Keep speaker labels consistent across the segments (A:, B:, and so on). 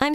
A: I'm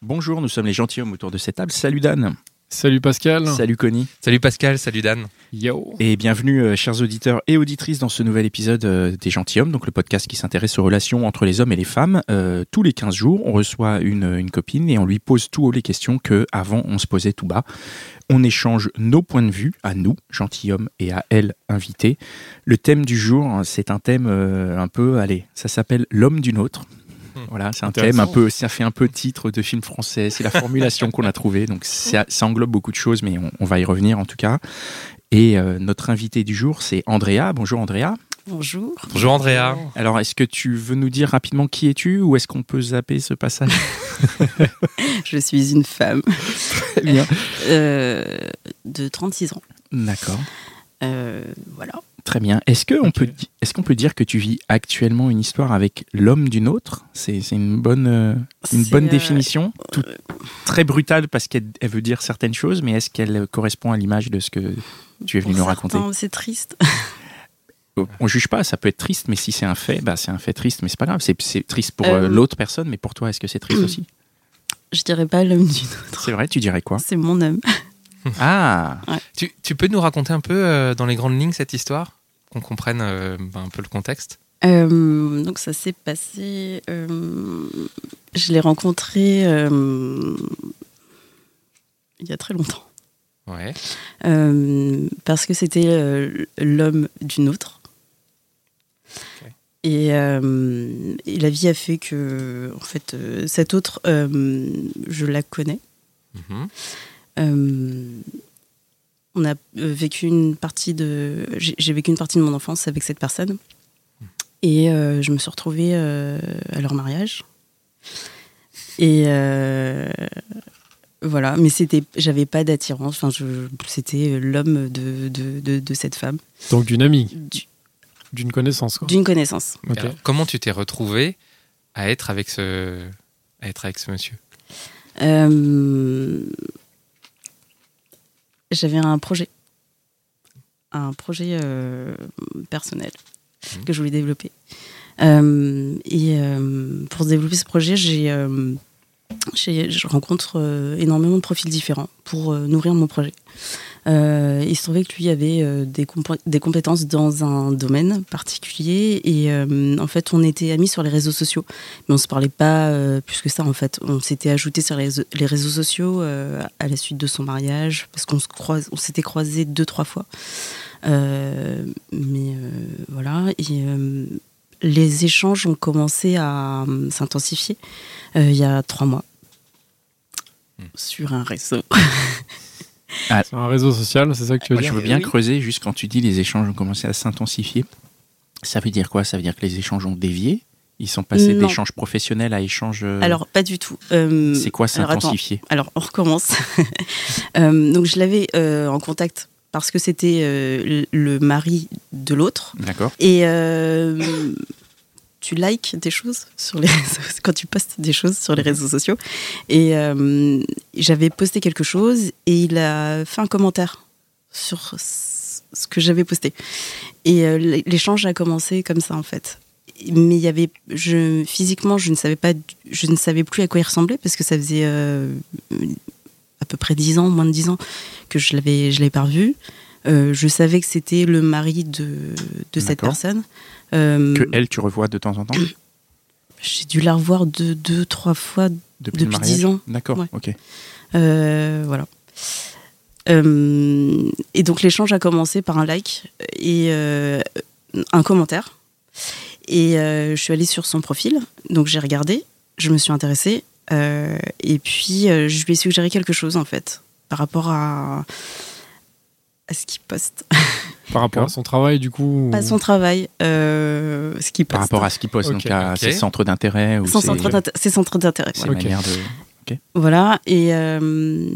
B: Bonjour, nous sommes les gentilshommes autour de cette table. Salut Dan.
C: Salut Pascal.
B: Salut Connie.
D: Salut Pascal, salut Dan.
C: Yo.
B: Et bienvenue, euh, chers auditeurs et auditrices, dans ce nouvel épisode euh, des Gentilhommes, donc le podcast qui s'intéresse aux relations entre les hommes et les femmes. Euh, tous les 15 jours, on reçoit une, une copine et on lui pose tout haut les questions que avant on se posait tout bas. On échange nos points de vue à nous, gentilhommes, et à elle, invitée. Le thème du jour, hein, c'est un thème euh, un peu, allez, ça s'appelle l'homme d'une autre. Voilà, c'est un thème un peu, ça fait un peu titre de film français, c'est la formulation qu'on a trouvée, donc ça, ça englobe beaucoup de choses, mais on, on va y revenir en tout cas. Et euh, notre invité du jour, c'est Andrea. Bonjour Andrea.
E: Bonjour.
D: Bonjour Andrea.
B: Alors, est-ce que tu veux nous dire rapidement qui es-tu ou est-ce qu'on peut zapper ce passage
E: Je suis une femme
B: Très bien.
E: euh, de 36 ans.
B: D'accord.
E: Euh, voilà.
B: Très bien. Est-ce qu'on peut, di- est-ce qu'on peut dire que tu vis actuellement une histoire avec l'homme d'une autre C'est c'est une bonne, euh, une
E: C'est,
B: bonne
E: euh,
B: définition, tout-
E: euh,
B: très brutale parce qu'elle elle veut dire certaines choses, mais est-ce qu'elle euh, correspond à l'image de ce que tu es
E: pour
B: venu nous raconter
E: certains, C'est triste.
B: On ne juge pas, ça peut être triste, mais si c'est un fait, bah, c'est un fait triste, mais c'est pas grave. C'est, c'est triste pour
E: Euh,
B: euh, l'autre personne, mais pour toi, est-ce que c'est triste aussi
E: Je dirais pas l'homme d'une autre.
B: C'est vrai, tu dirais quoi
E: C'est mon homme.
B: Ah
D: Tu, tu peux nous raconter un peu euh, dans les grandes lignes cette histoire Qu'on comprenne euh, ben, un peu le contexte
E: Euh, donc ça s'est passé. euh, je l'ai rencontré euh, il y a très longtemps.
D: Ouais.
E: Euh, parce que c'était euh, l'homme d'une autre.
D: Ok.
E: Et, euh, et la vie a fait que, en fait, euh, cette autre, euh, je la connais.
D: Mhm.
E: Euh, on a euh, vécu une partie de, j'ai j'ai vécu une partie de mon enfance avec cette personne. Et euh, je me suis retrouvée euh, à leur mariage. Et euh, voilà, mais c'était, j'avais pas d'attirance. Enfin, je- c'était l'homme de, de, de- de cette femme,
C: Donc d'une amie,
E: du-
C: d'une connaissance. Quoi.
E: d'une connaissance.
C: Ok.
D: Alors, comment tu t'es retrouvé à être avec ce, à être avec ce monsieur
E: Euh, j'avais un projet, un projet euh, personnel
D: Mhm.
E: que je voulais développer. Euh, et euh, pour développer ce projet, j'ai, euh, j'ai- je rencontre euh, énormément de profils différents pour euh, nourrir mon projet. Euh, il se trouvait que lui avait euh, des, compé- des compétences dans un domaine particulier et euh, en fait on était amis sur les réseaux sociaux mais on se parlait pas euh, plus que ça en fait. On s'était ajouté sur les, réseaux- les réseaux sociaux euh, à la suite de son mariage parce qu'on se croise, on s'était croisés deux trois fois. Euh, mais euh, voilà et euh, les échanges ont commencé à euh, s'intensifier euh, il y a trois mois
D: Hmm.
E: sur un réseau.
B: Euh.
C: C'est un réseau social, c'est ça que tu veux
B: Moi,
E: Ah,
C: dire
B: je veux bien
E: eh Oui.
B: creuser juste quand tu dis les échanges ont commencé à s'intensifier. Ça veut dire quoi Ça veut dire que les échanges ont dévié Ils sont passés
E: Non.
B: d'échanges professionnels à échanges. euh,
E: Alors pas du tout. Euh,
B: c'est quoi
E: alors, attends.
B: s'intensifier
E: Alors, on recommence. Euh, donc, je l'avais euh, en contact parce que c'était euh, le mari de l'autre.
B: D'accord.
E: Et euh, tu likes des choses sur les réseaux, quand tu postes des choses sur les réseaux sociaux. Et euh, j'avais posté quelque chose et il a fait un commentaire sur ce ce que j'avais posté. Et euh, l'é- l'échange a commencé comme ça en fait. Mais il y avait, je, physiquement, je ne savais pas, du- je ne savais plus à quoi il ressemblait parce que ça faisait euh, à peu près 10 ans, moins de 10 ans que je l'avais, je l'avais pas revu. Euh, je savais que c'était le mari de, de cette
B: D'accord.
E: personne. Euh,
B: Que elle, tu revois de temps en temps
E: j'ai dû la revoir deux, deux trois fois.
B: depuis, le
E: Depuis
B: mariage
E: 10 ans.
B: D'accord.
E: Ouais.
B: Ok.
E: Euh, voilà. Euh, et donc l'échange a commencé par un like et euh, un commentaire. Et euh, je suis allée sur son profil, donc j'ai regardé, je me suis intéressée, euh, et puis euh, je lui ai suggéré quelque chose en fait, par rapport à, à ce qu'il poste.
C: Par rapport à son travail, du coup.
E: Pas son travail, euh, ce qui passe.
B: Par rapport à ce qu'il pose,
C: Ok.
B: donc à
D: Ok.
B: ses centres d'intérêt ou
E: Son
B: ses,
E: centre d'intérêt- ses centres d'intérêt.
B: ses
E: voilà.
B: manières de.
E: Voilà, et euh,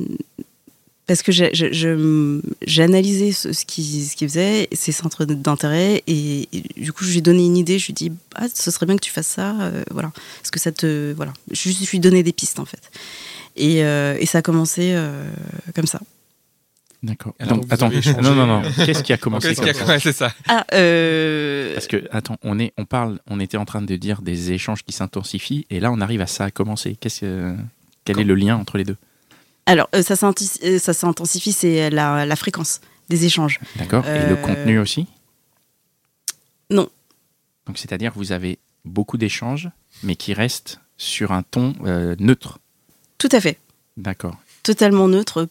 E: parce que j'ai- je- je- j'analysais ce, ce qu'il ce qu'il faisait, ses centres d'intérêt, et, et du coup, je lui ai donné une idée, je lui ai dit, ah, ce serait bien que tu fasses ça, euh, voilà, parce que ça te. Voilà, je, lui- je lui ai donné des pistes en fait. Et, euh, et ça a commencé euh, comme ça.
B: D'accord.
D: Alors,
B: Donc,
C: vous
B: attends.
C: avez échangé-
B: Non, non, non. Qu'est-ce qui a commencé
D: Qu'est-ce qu'il y a
B: comme ça
D: Ouais, C'est ça.
E: Ah, euh,
B: Parce que, attends, on, est, on parle, on était en train de dire des échanges qui s'intensifient, et là, on arrive à ça à commencer. Qu'est-ce que- Quel est le lien entre les deux
E: alors, euh, ça s'inti- euh, ça s'intensifie, c'est la, la fréquence des échanges.
B: D'accord Et le
E: Euh,
B: contenu aussi
E: non.
B: Donc, c'est-à-dire, vous avez beaucoup d'échanges, mais qui restent sur un ton euh, neutre.
E: Tout à fait,
B: D'accord.
E: totalement neutre,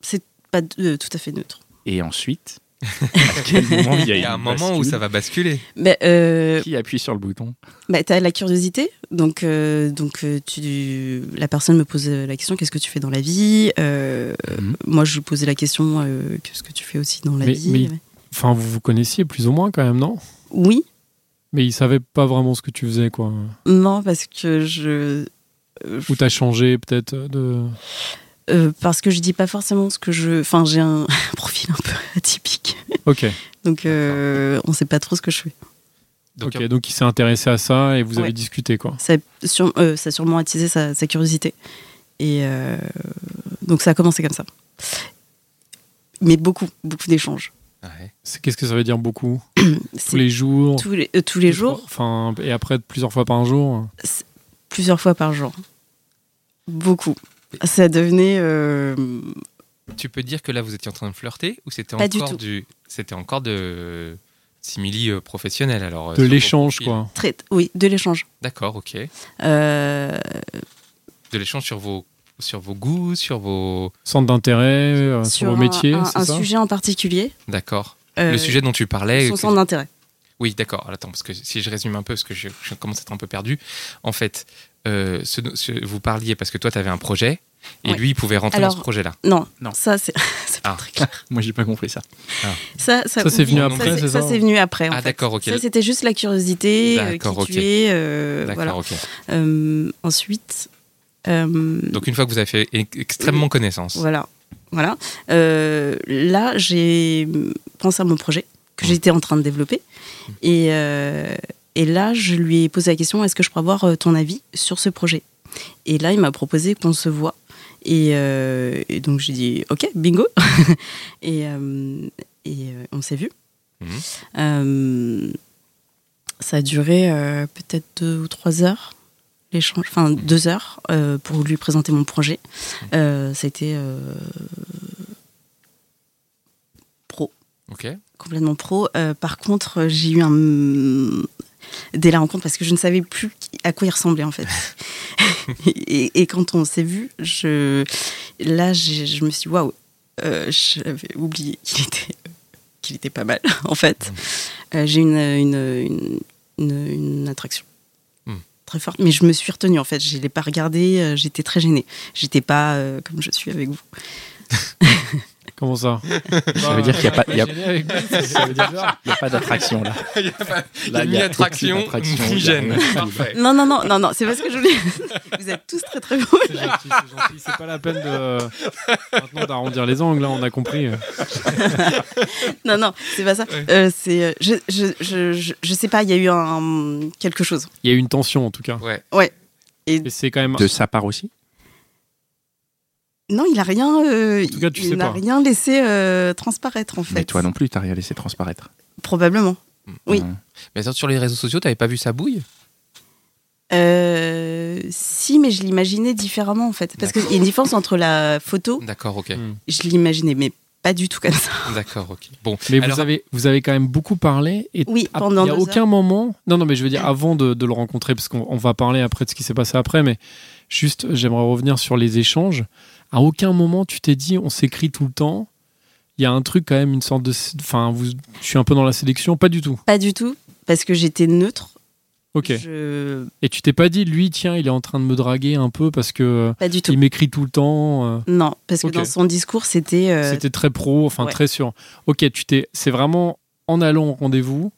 E: c'est pas euh, tout à fait neutre.
B: Et ensuite, à quel moment il y a,
D: Il y a un
B: une
D: moment où
B: bascule
D: ça va basculer.
E: Mais, euh,
B: Qui appuie sur le bouton
E: Bah, t'as la curiosité, donc, euh, donc euh, tu, la personne me pose euh, la question qu'est-ce que tu fais dans la vie Euh,
B: Mhm.
E: Moi, je lui posais la question euh, qu'est-ce que tu fais aussi dans la
C: Mais-
E: vie
C: mais- Enfin, vous vous connaissiez plus ou moins quand même, non
E: Oui,
C: Mais il savait pas vraiment ce que tu faisais, quoi.
E: non, parce que je. euh,
C: Ou t'as changé peut-être de.
E: euh, parce que je dis pas forcément ce que je. Enfin, j'ai un profil un peu atypique,
C: Ok.
E: donc euh, on sait pas trop ce que je fais.
D: Donc,
C: ok. Donc il s'est intéressé à ça et vous
E: euh, Ouais.
C: avez discuté, quoi.
E: Ça, a sur- euh, ça a sûrement attisé sa, sa curiosité. Et euh, donc ça a commencé comme ça. Mais beaucoup, beaucoup d'échanges.
D: ouais.
C: C'est- Qu'est-ce que ça veut dire beaucoup Tous
E: C'est
C: les jours.
E: tous les, euh, tous les jours,
C: Enfin, et après plusieurs fois par jour. hein.
E: plusieurs fois par jour. Beaucoup. Ça devenait. euh,
D: Tu peux dire que là, vous étiez en train de flirter ou c'était
E: Pas du
D: encore
E: tout.
D: du. C'était encore de. Simili euh, professionnel
B: Bah,
D: alors. euh,
C: De
D: sur vos
C: l'échange,
D: profils.
C: quoi.
E: très, oui, de l'échange.
D: D'accord, ok.
E: Euh,
D: De l'échange sur vos, sur vos goûts, sur vos.
C: Centre d'intérêt, euh, sur, vos
E: un-
C: métiers,
E: un,
C: c'est
E: un
C: ça
E: sujet en particulier.
D: D'accord.
E: euh,
D: le sujet dont tu parlais.
E: Son
D: que-
E: centre d'intérêt.
D: Oui, d'accord. Alors, Attends, parce que si je résume un peu, parce que je, je commence à être un peu perdu. En fait, euh, ce, ce- vous parliez parce que toi, tu avais un projet et
E: Ouais.
D: lui, il pouvait rentrer
E: Alors,
D: dans ce projet-là.
E: Non,
B: Non.
E: ça c'est c'est pas
D: Ah.
E: très clair.
B: Moi, j'ai pas compris ça.
E: Ça,
C: Ça, c'est
E: oui,
C: venu
D: après,
C: c'est ça
E: c'est venu après. en
D: Ah,
E: fait.
D: d'accord, ok.
E: Ça c'était juste la curiosité, euh, qui
D: D'accord, ok.
E: tu es, euh,
D: D'accord,
E: voilà.
D: ok.
E: Euh, ensuite, euh,
D: Donc, une fois que vous avez fait e- extrêmement connaissance,
E: Voilà. voilà. Euh, là, j'ai pensé à mon projet que
D: Mhm.
E: j'étais en train de développer. Et, euh, et là, je lui ai posé la question est-ce que je pourrais avoir euh, ton avis sur ce projet Et là, il m'a proposé qu'on se voit. Et, euh, et donc, j'ai dit ok, bingo Et, euh, et euh, on s'est vu.
D: Mhm.
E: Euh, ça a duré euh, peut-être deux ou trois heures. L'échange, enfin deux heures euh, pour lui présenter mon projet. Euh, ça a été euh, pro,
D: ok.
E: complètement pro. Euh, par contre, euh, j'ai eu un dès la rencontre parce que je ne savais plus qui- à quoi il ressemblait en fait. et, et quand on s'est vu, je là, j'ai- je me suis dit, waouh, euh, j'avais oublié qu'il était qu'il était pas mal en fait.
C: Mmh.
E: Euh, j'ai une, une, une, une- une attraction.
C: Mmh.
D: Mm.
E: Très forte, mais je me suis retenue en fait. Je ne l'ai pas regardé, euh, j'étais très gênée. J'étais pas euh, comme je suis avec vous.
C: Comment ça
D: bah,
C: Bah,
B: Ça veut dire qu'il n'y a pas, il y a-
C: Ça veut dire ça.
B: il y a pas d'attraction là.
D: Il y a pas-
B: Là, il y
D: ni
B: a
D: attraction,
B: aucune attraction,
D: ni
B: il y a
D: gêne.
B: rien.
D: Parfait.
E: Non, non, non, non, non, c'est parce que je voulais. Vous êtes tous très très beaux.
C: C'est gentil, c'est gentil. C'est pas la peine de maintenant d'arrondir les angles, là, on a compris.
E: Non, non, c'est pas ça. Euh, c'est, euh, je, je, je, je, je sais pas, il y a eu un, quelque chose.
C: Il y a eu une tension en tout cas.
D: Ouais.
C: Mais c'est quand même.
B: De sa part aussi
E: Non, il a rien. euh,
C: tout cas, tu
E: il
C: sais
E: n'a
C: pas.
E: rien laissé euh, transparaître en fait.
B: Mais toi non plus, t'as rien laissé transparaître.
E: Probablement. Oui.
B: Hum.
D: Mais attends, sur les réseaux sociaux, t'avais pas vu sa bouille
E: Euh, si, mais je l'imaginais différemment en fait. Parce qu'il
D: D'accord.
E: y a une différence entre la photo,
D: D'accord, ok.
C: Mm.
E: je l'imaginais, mais pas du tout comme ça.
D: D'accord, ok. Bon,
C: Mais
D: alors,
C: vous avez vous avez quand même beaucoup parlé et
E: Oui,
C: Ah,
E: pendant
C: Il n'y a
E: deux
C: aucun moment. Non, non, mais je veux dire, avant de, de le rencontrer, parce qu'on on va parler après de ce qui s'est passé après, mais juste, j'aimerais revenir sur les échanges. À aucun moment, tu t'es dit, on s'écrit tout le temps. Il y a un truc, quand même, une sorte de. sé- Enfin, vous, je suis un peu dans la sélection, pas du tout.
E: Pas du tout, parce que j'étais neutre.
C: Ok.
E: Je-
C: Et tu t'es pas dit, lui, tiens, il est en train de me draguer un peu parce que
E: Pas du tout.
C: il m'écrit tout le temps. euh,
E: Non, parce que
C: Ok.
E: dans son discours, c'était. euh,
C: C'était très pro, enfin
E: ouais.
C: très sûr. Ok, tu t'es, c'est vraiment en allant au rendez-vous,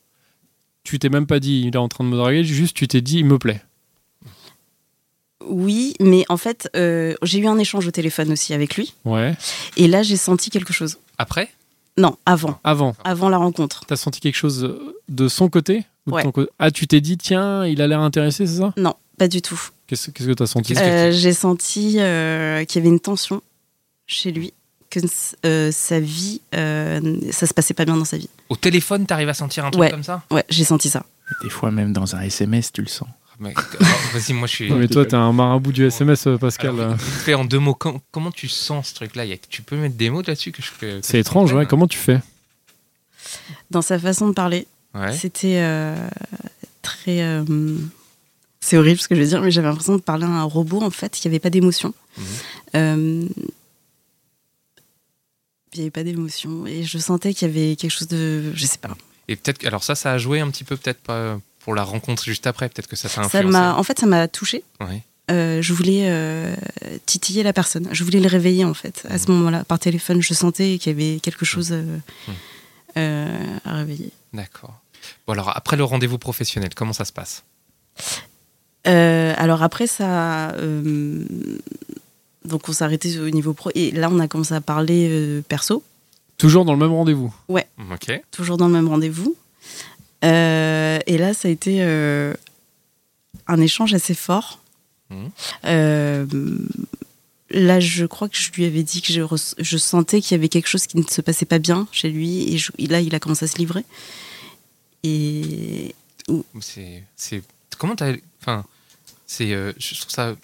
C: tu t'es même pas dit, il est en train de me draguer, juste tu t'es dit, il me plaît.
E: Oui, mais en fait, euh, j'ai eu un échange au téléphone aussi avec lui.
C: Ouais.
E: Et là, j'ai senti quelque chose.
D: Après
E: Non, avant.
C: Avant,
E: Avant la rencontre.
C: t'as senti quelque chose de son côté ou de
E: Ouais.
C: ton côté Ah, tu t'es dit, tiens, il a l'air intéressé, c'est ça
E: Non, pas du tout.
C: Qu'est-ce qu'est-ce que t'as senti
D: Qu'est-ce que
E: Euh, j'ai senti euh, qu'il y avait une tension chez lui, que euh, sa vie, euh, ça se passait pas bien dans sa vie.
D: Au téléphone, t'arrives à sentir un truc
E: Ouais.
D: comme ça
E: Ouais, j'ai senti ça.
B: Des fois, même dans un SMS, tu le sens.
D: Mais- alors, Vas-y, moi je suis.
C: Non, mais toi, t'es un marabout du SMS, euh, Pascal.
D: Alors, vite fait, en deux mots, com- comment tu sens ce truc-là Il y a- Tu peux mettre des mots là-dessus que je- que- que
C: c'est
D: je
C: étrange, ouais.
D: comprenne
C: Comment tu fais
E: Dans sa façon de parler,
D: Ouais.
E: c'était euh, très. euh, c'est horrible ce que je veux dire, mais j'avais l'impression de parler à un robot en fait, qui avait pas d'émotion.
D: Mhm.
E: Euh, il n'y avait pas d'émotion et je sentais qu'il y avait quelque chose de. Je sais pas.
D: Et peut-être que- alors ça, ça a joué un petit peu peut-être pas pour la rencontre juste après. Peut-être que ça t'a
E: Ça
D: influencé.
E: m'a, en fait, ça m'a touchée.
D: Ouais.
E: Euh, je voulais euh, titiller la personne. Je voulais le réveiller en fait. À ce moment-là, par téléphone, je sentais qu'il y avait quelque chose euh,
D: Mhm.
E: euh, à réveiller.
D: D'accord. Bon alors après le rendez-vous professionnel, comment ça se passe
E: Euh, alors après ça, euh, donc on s'est arrêté au niveau pro et là on a commencé à parler euh, perso,
C: Toujours dans le même rendez-vous.
D: Ok.
E: toujours dans le même rendez-vous. Euh, et là ça a été euh, un échange assez fort.
D: Mhm.
E: Euh, là je crois que je lui avais dit que je, res- je sentais qu'il y avait quelque chose qui ne se passait pas bien chez lui et je- et là il a commencé à se livrer. Et
D: C'est c'est comment t'as enfin c'est euh, je trouve ça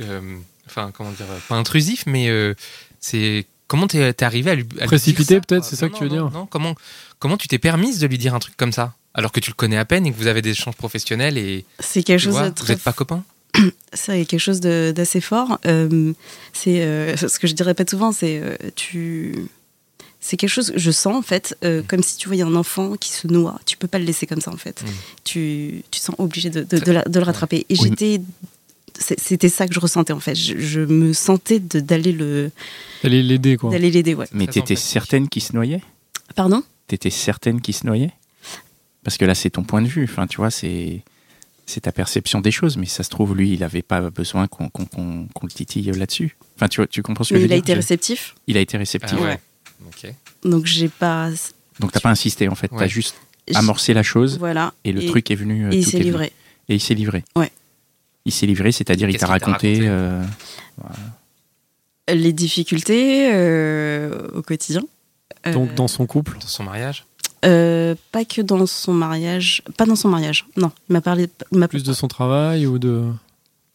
D: euh, enfin comment dire euh, pas intrusif mais euh, c'est comment t'es t'es arrivé à lui à lui
C: Précipité,
D: dire
C: peut-être,
D: quoi
C: c'est ça
D: Non,
C: que tu veux
D: non,
C: dire
D: non, non. comment comment tu t'es permise de lui dire un truc comme ça alors que tu le connais à peine et que vous avez des échanges professionnels et
E: c'est quelque
D: tu
E: chose
D: vois,
E: de
D: vous
E: très
D: n'êtes pas copains
E: C'est quelque chose de- d'assez fort. Euh, c'est euh, ce que je dirais pas souvent. C'est euh, tu. C'est quelque chose que je sens en fait, euh,
B: Mm.
E: comme si tu voyais un enfant qui se noie. Tu peux pas le laisser comme ça en fait.
D: Mm.
E: Tu, tu sens obligé de, de- de la- de le rattraper. Et
B: Oui,
E: j'étais. c'est- C'était ça que je ressentais en fait. Je, je me sentais de- d'aller le
C: D'aller l'aider, quoi.
E: d'aller l'aider. Ouais.
B: Mais
D: Très
B: t'étais
D: sympathique.
B: certaine qu'il se noyait
E: Pardon.
B: T'étais certaine qu'il se noyait Parce que là, c'est ton point de vue. Enfin, tu vois, c'est c'est ta perception des choses. Mais ça se trouve, lui, il n'avait pas besoin qu'on qu'on- qu'on- qu'on le titille là-dessus. Enfin, tu, vois- tu comprends ce que
E: Mais
B: je veux
E: il a
B: dire
E: été
B: J'ai-
E: réceptif,
B: Il a été réceptif.
D: Ah ouais.
E: Ouais.
D: Ok.
E: donc j'ai pas.
B: Donc, t'as pas insisté, en fait.
D: Ouais.
B: T'as juste amorcé la chose
E: Voilà.
B: et le truc est venu. euh,
E: Et il
B: tout
E: s'est
B: est venu.
E: livré.
B: Et il s'est livré.
E: Ouais.
B: Il s'est livré, c'est-à-dire il
D: Qu'est-ce
B: t'a
D: qu'il t'a
B: raconté.
D: raconté
B: euh,
E: Les difficultés euh, au quotidien. Euh,
C: Donc dans son couple.
D: Dans son mariage
E: Euh, pas que dans son mariage, pas dans son mariage. Non, il m'a parlé il m'a
C: Plus de son travail ou de,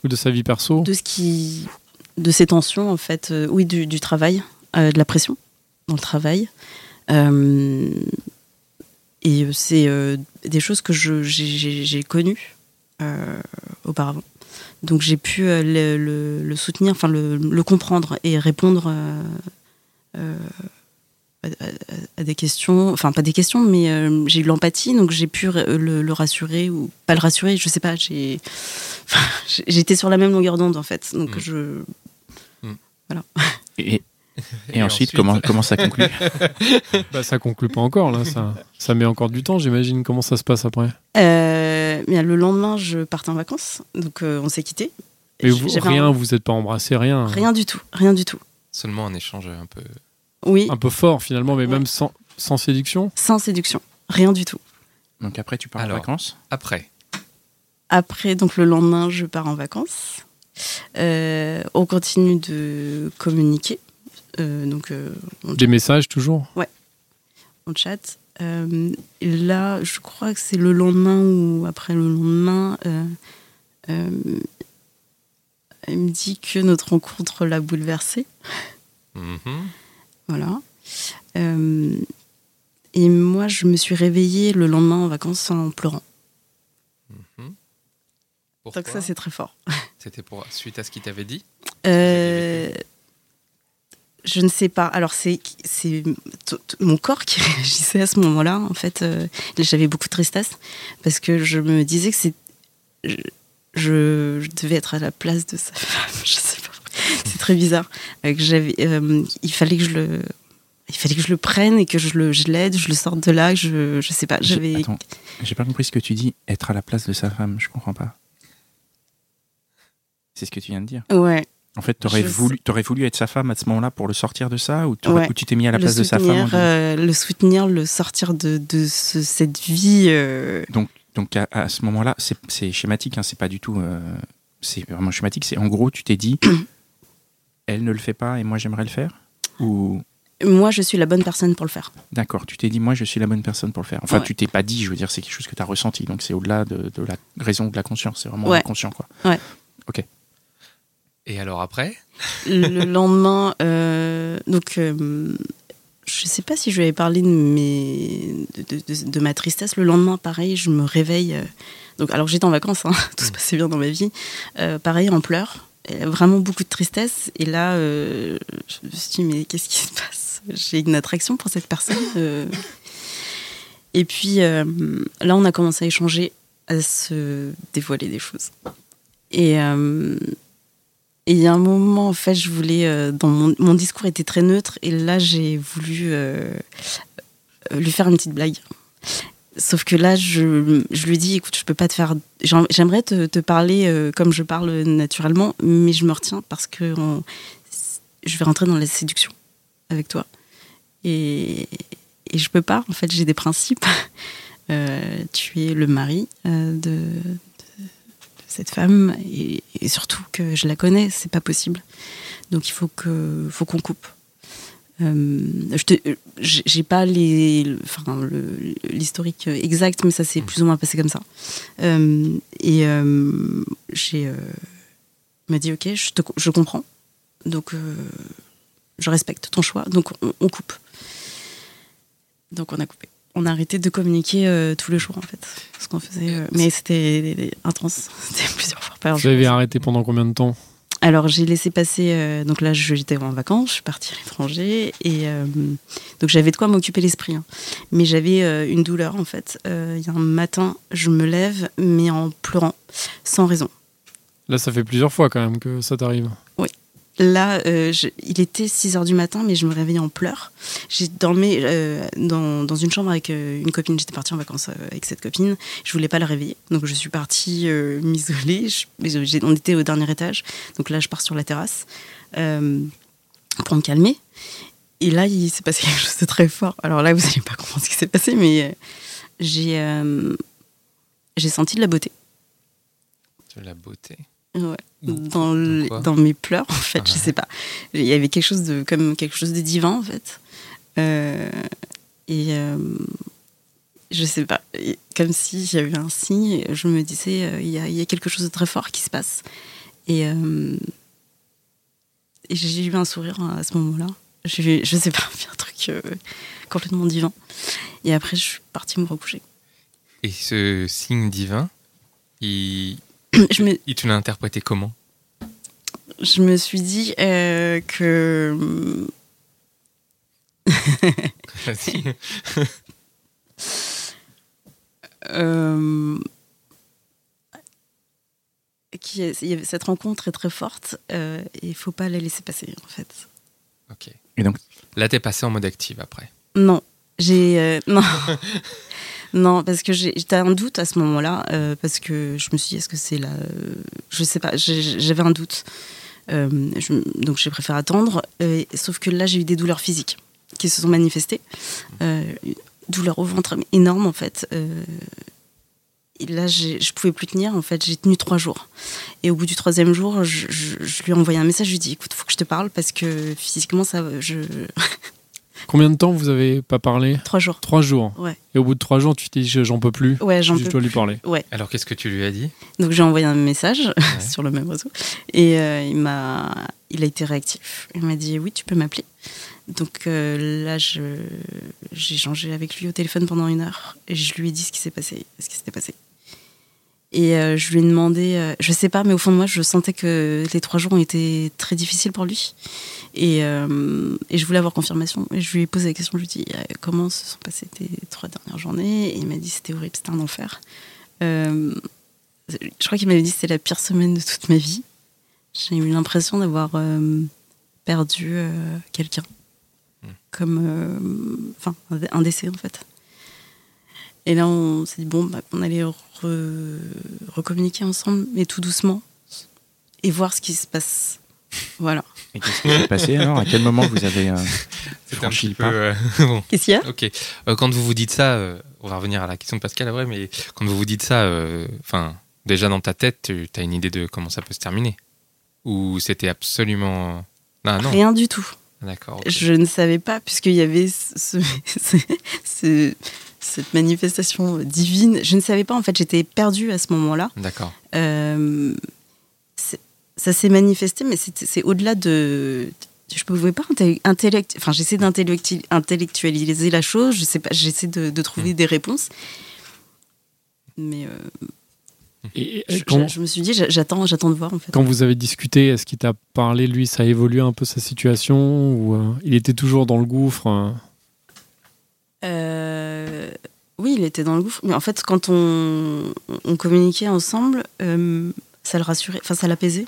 C: ou de sa vie perso
E: de ce qui, de ses tensions en fait. euh, oui, du, du travail, euh, de la pression dans le travail. Euh, et euh, c'est euh, des choses que je- j'ai- j'ai j'ai connues euh, auparavant. Donc j'ai pu euh, le, le- le soutenir, enfin le, le comprendre et répondre euh, euh, à, à- à des questions, enfin pas des questions, mais euh, j'ai eu l'empathie, donc j'ai pu euh, le, le rassurer ou pas le rassurer, je sais pas, j'ai- enfin, j'ai- j'étais sur la même longueur d'onde en fait, donc
C: Mmh.
D: Mm.
E: je,
B: Et, et ensuite, comment, comment ça conclut
C: Bah, ça conclut pas encore, là. Ça, ça met encore du temps, j'imagine. Comment ça se passe après
E: Euh, bien, le lendemain, je partais en vacances, donc euh, on s'est quittés.
C: Mais
E: J-
C: vous,
E: j'avais
C: rien,
E: un-
C: vous n'êtes pas embrassé, rien.
E: rien du tout, rien du tout.
D: Seulement un échange euh, un peu.
E: Oui,
C: Un peu fort, finalement, mais
E: Ouais.
C: même sans, sans séduction.
E: sans séduction, rien du tout.
B: Donc après, tu pars en
D: Alors.
B: vacances
D: Après.
E: Après, donc le lendemain, je pars en vacances. Euh, on continue de communiquer, Euh, donc euh, on,
C: Des messages, toujours.
E: on chatte. Euh, et là, je crois que c'est le lendemain ou après le lendemain, euh, euh, elle me dit que notre rencontre l'a bouleversée.
D: Mhm.
E: Voilà. Euh, et moi, je me suis réveillée le lendemain en vacances en pleurant.
D: Pourquoi
E: Donc ça, c'est très fort.
D: C'était pour suite à ce qu'il t'avait dit
E: Euh, je ne sais pas. Alors, c'est c'est t- t- mon corps qui réagissait à ce moment-là. En fait, Euh, j'avais beaucoup de tristesse parce que je me disais que c'est je, je- je devais être à la place de sa femme, je sais pas. C'est très bizarre. Euh, que j'avais, euh, il fallait que je le, il fallait que je le prenne et que je le, je l'aide, je le sorte de là. que Je, je sais pas.
B: J'ai-
E: J'avais,
B: Attends, j'ai pas compris ce que tu dis. Être à la place de sa femme, je comprends pas. C'est ce que tu viens de dire.
E: ouais.
B: En fait, t'aurais
E: Je
B: voulu, t'aurais voulu être sa femme à ce moment-là pour le sortir de ça, ou, t'aurais-
E: Ouais.
B: ou tu t'es mis à la
E: le
B: place de sa femme. en
E: soutenir,
B: disant-
E: euh, le soutenir, le sortir de, de ce- cette vie. euh,
B: Donc à, à ce moment-là, c'est- c'est schématique, hein, c'est pas du tout. euh, c'est vraiment schématique. C'est en gros, tu t'es dit, elle ne le fait pas et moi j'aimerais le faire. Ou
E: moi, je suis la bonne personne pour le faire.
B: d'accord, tu t'es dit, moi je suis la bonne personne pour le faire. Enfin,
E: Ouais.
B: tu t'es pas dit, je veux dire, c'est quelque chose que tu as ressenti. Donc c'est au-delà de, de la raison ou de la conscience. C'est vraiment
E: Ouais.
B: inconscient, quoi.
D: Et alors après
E: le lendemain, euh, donc, euh, je sais pas si je lui avais parlé de, mes, de, de- de- de ma tristesse. Le lendemain, pareil, je me réveille. euh, donc, alors que j'étais en vacances, hein, tout se passait bien dans ma vie. Euh, pareil, en pleurs. euh, Vraiment beaucoup de tristesse. Et là, euh, je me suis dit, mais qu'est-ce qui se passe J'ai une attraction pour cette personne. euh. Et puis, euh, là, on a commencé à échanger, à se dévoiler des choses. Et. euh, et il y a un moment, en fait, je voulais. euh, dans mon, mon discours était très neutre, et là, j'ai voulu euh, euh, lui faire une petite blague. Sauf que là, je, je lui dis écoute, je peux pas te faire. j'aim- J'aimerais te, te parler euh, comme je parle naturellement, mais je me retiens parce que on- je vais rentrer dans la séduction avec toi. Et, et je peux pas, en fait, j'ai des principes. Euh, tu es le mari euh, de, cette femme et, et surtout que je la connais, c'est pas possible. Donc il faut que faut qu'on coupe. Euh, je te- euh, j'ai j'ai pas les, le- enfin, le- l'historique exact, mais ça s'est plus ou moins passé comme ça. Euh, et euh, j'ai euh, il m'a dit ok, je, te co- je comprends, donc euh, je respecte ton choix, donc on, on coupe. Donc on a coupé. On a arrêté de communiquer euh, tous les jours en fait, ce qu'on faisait. euh, mais c'était intense, c'était plusieurs fois par
C: Vous
E: jour.
C: avez arrêté pendant combien de temps
E: Alors j'ai laissé passer, euh, donc là je- j'étais en vacances, je suis partie à l'étranger, et euh, donc j'avais de quoi m'occuper l'esprit. hein. Mais j'avais euh, une douleur en fait. Euh, Il y a un matin, je me lève, mais en pleurant, sans raison.
C: Là, ça fait plusieurs fois quand même que ça t'arrive.
E: Là, euh, je- il était 6 heures du matin, mais je me réveillais en pleurs. J'ai dormi euh, dans, dans une chambre avec euh, une copine. J'étais partie en vacances euh, avec cette copine. Je voulais pas la réveiller. Donc, je suis partie euh, m'isoler. Je- mais j'ai- On était au dernier étage. Donc, là, je pars sur la terrasse euh, pour me calmer. Et là, il s'est passé quelque chose de très fort. Alors là, vous allez pas comprendre ce qui s'est passé, mais euh, j'ai euh, j'ai senti de la beauté.
D: De la beauté.
E: Ouais.
D: Dans-
E: Dans, le-
D: quoi
E: dans mes pleurs, en fait, je
D: Ouais.
E: sais pas. Il y avait quelque chose de, comme quelque chose de divin, en fait. Euh, et euh, je sais pas, Et comme si j'avais un signe, je me disais, euh, il y, a, il y a quelque chose de très fort qui se passe. Et, euh, et j'ai eu un sourire à ce moment-là. J'ai eu- Je sais pas, un truc euh, complètement divin. Et après, je suis partie me recoucher.
D: Et ce signe divin, il,
E: je me,
D: il- tu l'as interprété comment
E: je me suis dit euh, que.
D: Vas-y.
E: Euh, qui est- il y avait- cette rencontre est très forte euh, et il faut pas la laisser passer en fait.
D: Ok.
B: Et donc-
D: Là, t'es passé en mode active après.
E: Non, j'ai euh, non non parce que j'ai- j'étais un doute à ce moment-là euh, parce que je me suis dit est-ce que c'est là euh, je sais pas j'ai- j'avais un doute Euh, je- donc j'ai préféré attendre euh, sauf que là j'ai eu des douleurs physiques qui se sont manifestées euh, une douleur au ventre énorme en fait euh, et là j'ai- je pouvais plus tenir en fait j'ai tenu trois jours et au bout du troisième jour je, je- je lui ai envoyé un message je lui ai dit écoute faut que je te parle parce que physiquement ça je
C: Combien de temps vous avez pas parlé
E: trois jours
C: Trois jours.
E: Ouais.
C: Et au bout de trois jours, tu t'es dit, j'en peux plus.
E: ouais j'en
C: je
E: peux
C: dois lui parler.
D: Alors, qu'est-ce que tu lui as dit
E: Donc j'ai envoyé un message
D: Ouais.
E: sur le même réseau et euh, il m'a, il a été réactif. Il m'a dit oui, tu peux m'appeler. Donc euh, là, je, j'ai échangé avec lui au téléphone pendant une heure et je lui ai dit ce qui s'est passé, ce qui s'était passé. Et euh, je lui ai demandé, euh, je sais pas, mais au fond de moi, je sentais que les trois jours ont été très difficiles pour lui. Et, euh, et je voulais avoir confirmation. Et je lui ai posé la question, je lui ai dit, euh, comment se sont passées tes trois dernières journées Et il m'a dit, c'était horrible, c'était un enfer. Euh, je crois qu'il m'avait dit que c'était la pire semaine de toute ma vie. J'ai eu l'impression d'avoir euh, perdu euh, quelqu'un.
D: Hmm.
E: Comme euh, enfin, un- un décès, en fait. Et là, on s'est dit, bon, bah, on allait re- recommuniquer ensemble, mais tout doucement, et voir ce qui se passe. Voilà.
B: Et qu'est-ce qui s'est passé alors À quel moment vous avez euh,
D: C'était un
B: franchi
D: petit
B: le
D: peu.
B: pas
D: euh, bon,
E: Qu'est-ce qu'il y a
D: ok. Euh, quand vous vous dites ça, euh, on va revenir à la question de Pascal après, mais quand vous vous dites ça, euh, enfin, déjà dans ta tête, tu as une idée de comment ça peut se terminer Ou c'était absolument. Ah Non, non.
E: Rien du tout.
D: D'accord. ok.
E: Je ne savais pas, puisqu'il y avait ce- ce- ce- cette manifestation divine. Je ne savais pas, en fait, j'étais perdue à ce moment-là.
D: D'accord.
E: Euh, c'est- ça s'est manifesté, mais c'était- c'est au-delà de. Je ne pouvais pas intellect- intellect. Enfin, j'essaie d'intellectu- intellectualiser la chose. Je sais pas. J'essaie de, de trouver des réponses. Mais euh,
C: Et, et
E: je,
C: quand,
E: je- je me suis dit, j'a- j'attends, j'attends de voir en fait.
C: quand vous avez discuté, est-ce qu'il t'a parlé, lui, ça a évolué un peu sa situation Ou euh, il était toujours dans le gouffre hein
E: Euh, Oui, il était dans le gouffre. Mais en fait, quand on, on communiquait ensemble, euh, ça le rassurait, enfin, ça l'apaisait.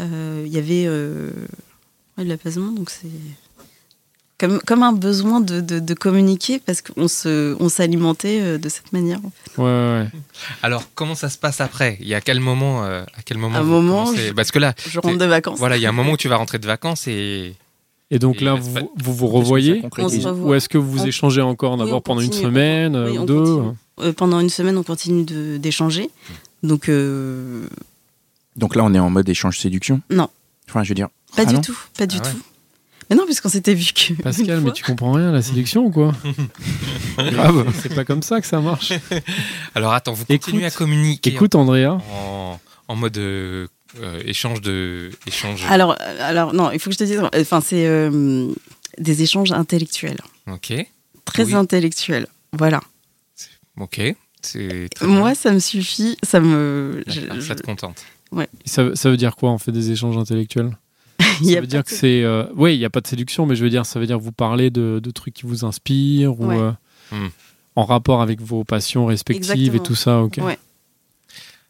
E: Euh, Il y avait euh, ouais, de l'apaisement, donc c'est. Comme, comme un besoin de, de- de communiquer parce qu'on se- on s'alimentait euh, de cette manière.
C: Ouais, ouais, ouais.
D: Alors, comment ça se passe après Il y a quel moment euh, À quel moment
E: Un
D: vous
E: moment,
D: commencez
E: je-
D: Parce que là,
E: Je rentre de vacances.
D: voilà, il y a un moment où tu vas rentrer de vacances et.
C: Et donc
D: Et
C: là,
D: bah,
C: vous
D: c'est
C: vous, vous
B: Qu'est-ce que ça
C: revoyez
E: On
B: concrétise
E: se revoit.
C: Ou est-ce que vous
E: On-
C: échangez encore
E: Oui, on
C: d'abord pendant une
E: continue.
C: semaine euh,
E: Oui,
C: ou
E: on
C: deux
E: continue. Euh, pendant une semaine, on continue de- d'échanger. Donc, euh,
B: Donc là, on est en mode échange séduction
E: Non.
B: Enfin, je veux dire.
E: pas
B: Ah
E: du
B: non
E: tout. Pas du
D: Ah ouais.
E: tout. Mais non, puisqu'on s'était vu que.
C: Pascal, mais tu comprends rien à la sélection ou quoi Grave, c'est pas comme ça que ça marche.
D: Alors, attends, vous continuez
C: Écoute.
D: à communiquer
C: Écoute, Andrea,
D: en, en mode euh, euh, échange de échange.
E: Alors, euh, alors non, il faut que je te dise. Enfin, c'est euh, des échanges intellectuels,
D: Ok,
E: très
D: Oui.
E: intellectuels. Voilà.
D: ok. C'est très
E: Moi,
D: bien.
E: ça me suffit. Ça me. je-
D: D'accord,
E: je-
D: ça te contente.
C: ça, ça veut dire quoi On fait des échanges intellectuels
E: il y
C: Ça veut
E: a pas
C: dire
E: de-
C: que c'est. euh, Oui, il n'y a pas de séduction, mais je veux dire, ça veut dire que vous parlez de, de trucs qui vous inspirent ou
E: Ouais.
C: euh,
D: Hmm.
C: en rapport avec vos passions respectives et
E: Exactement.
C: tout ça. Ok.
E: Ouais.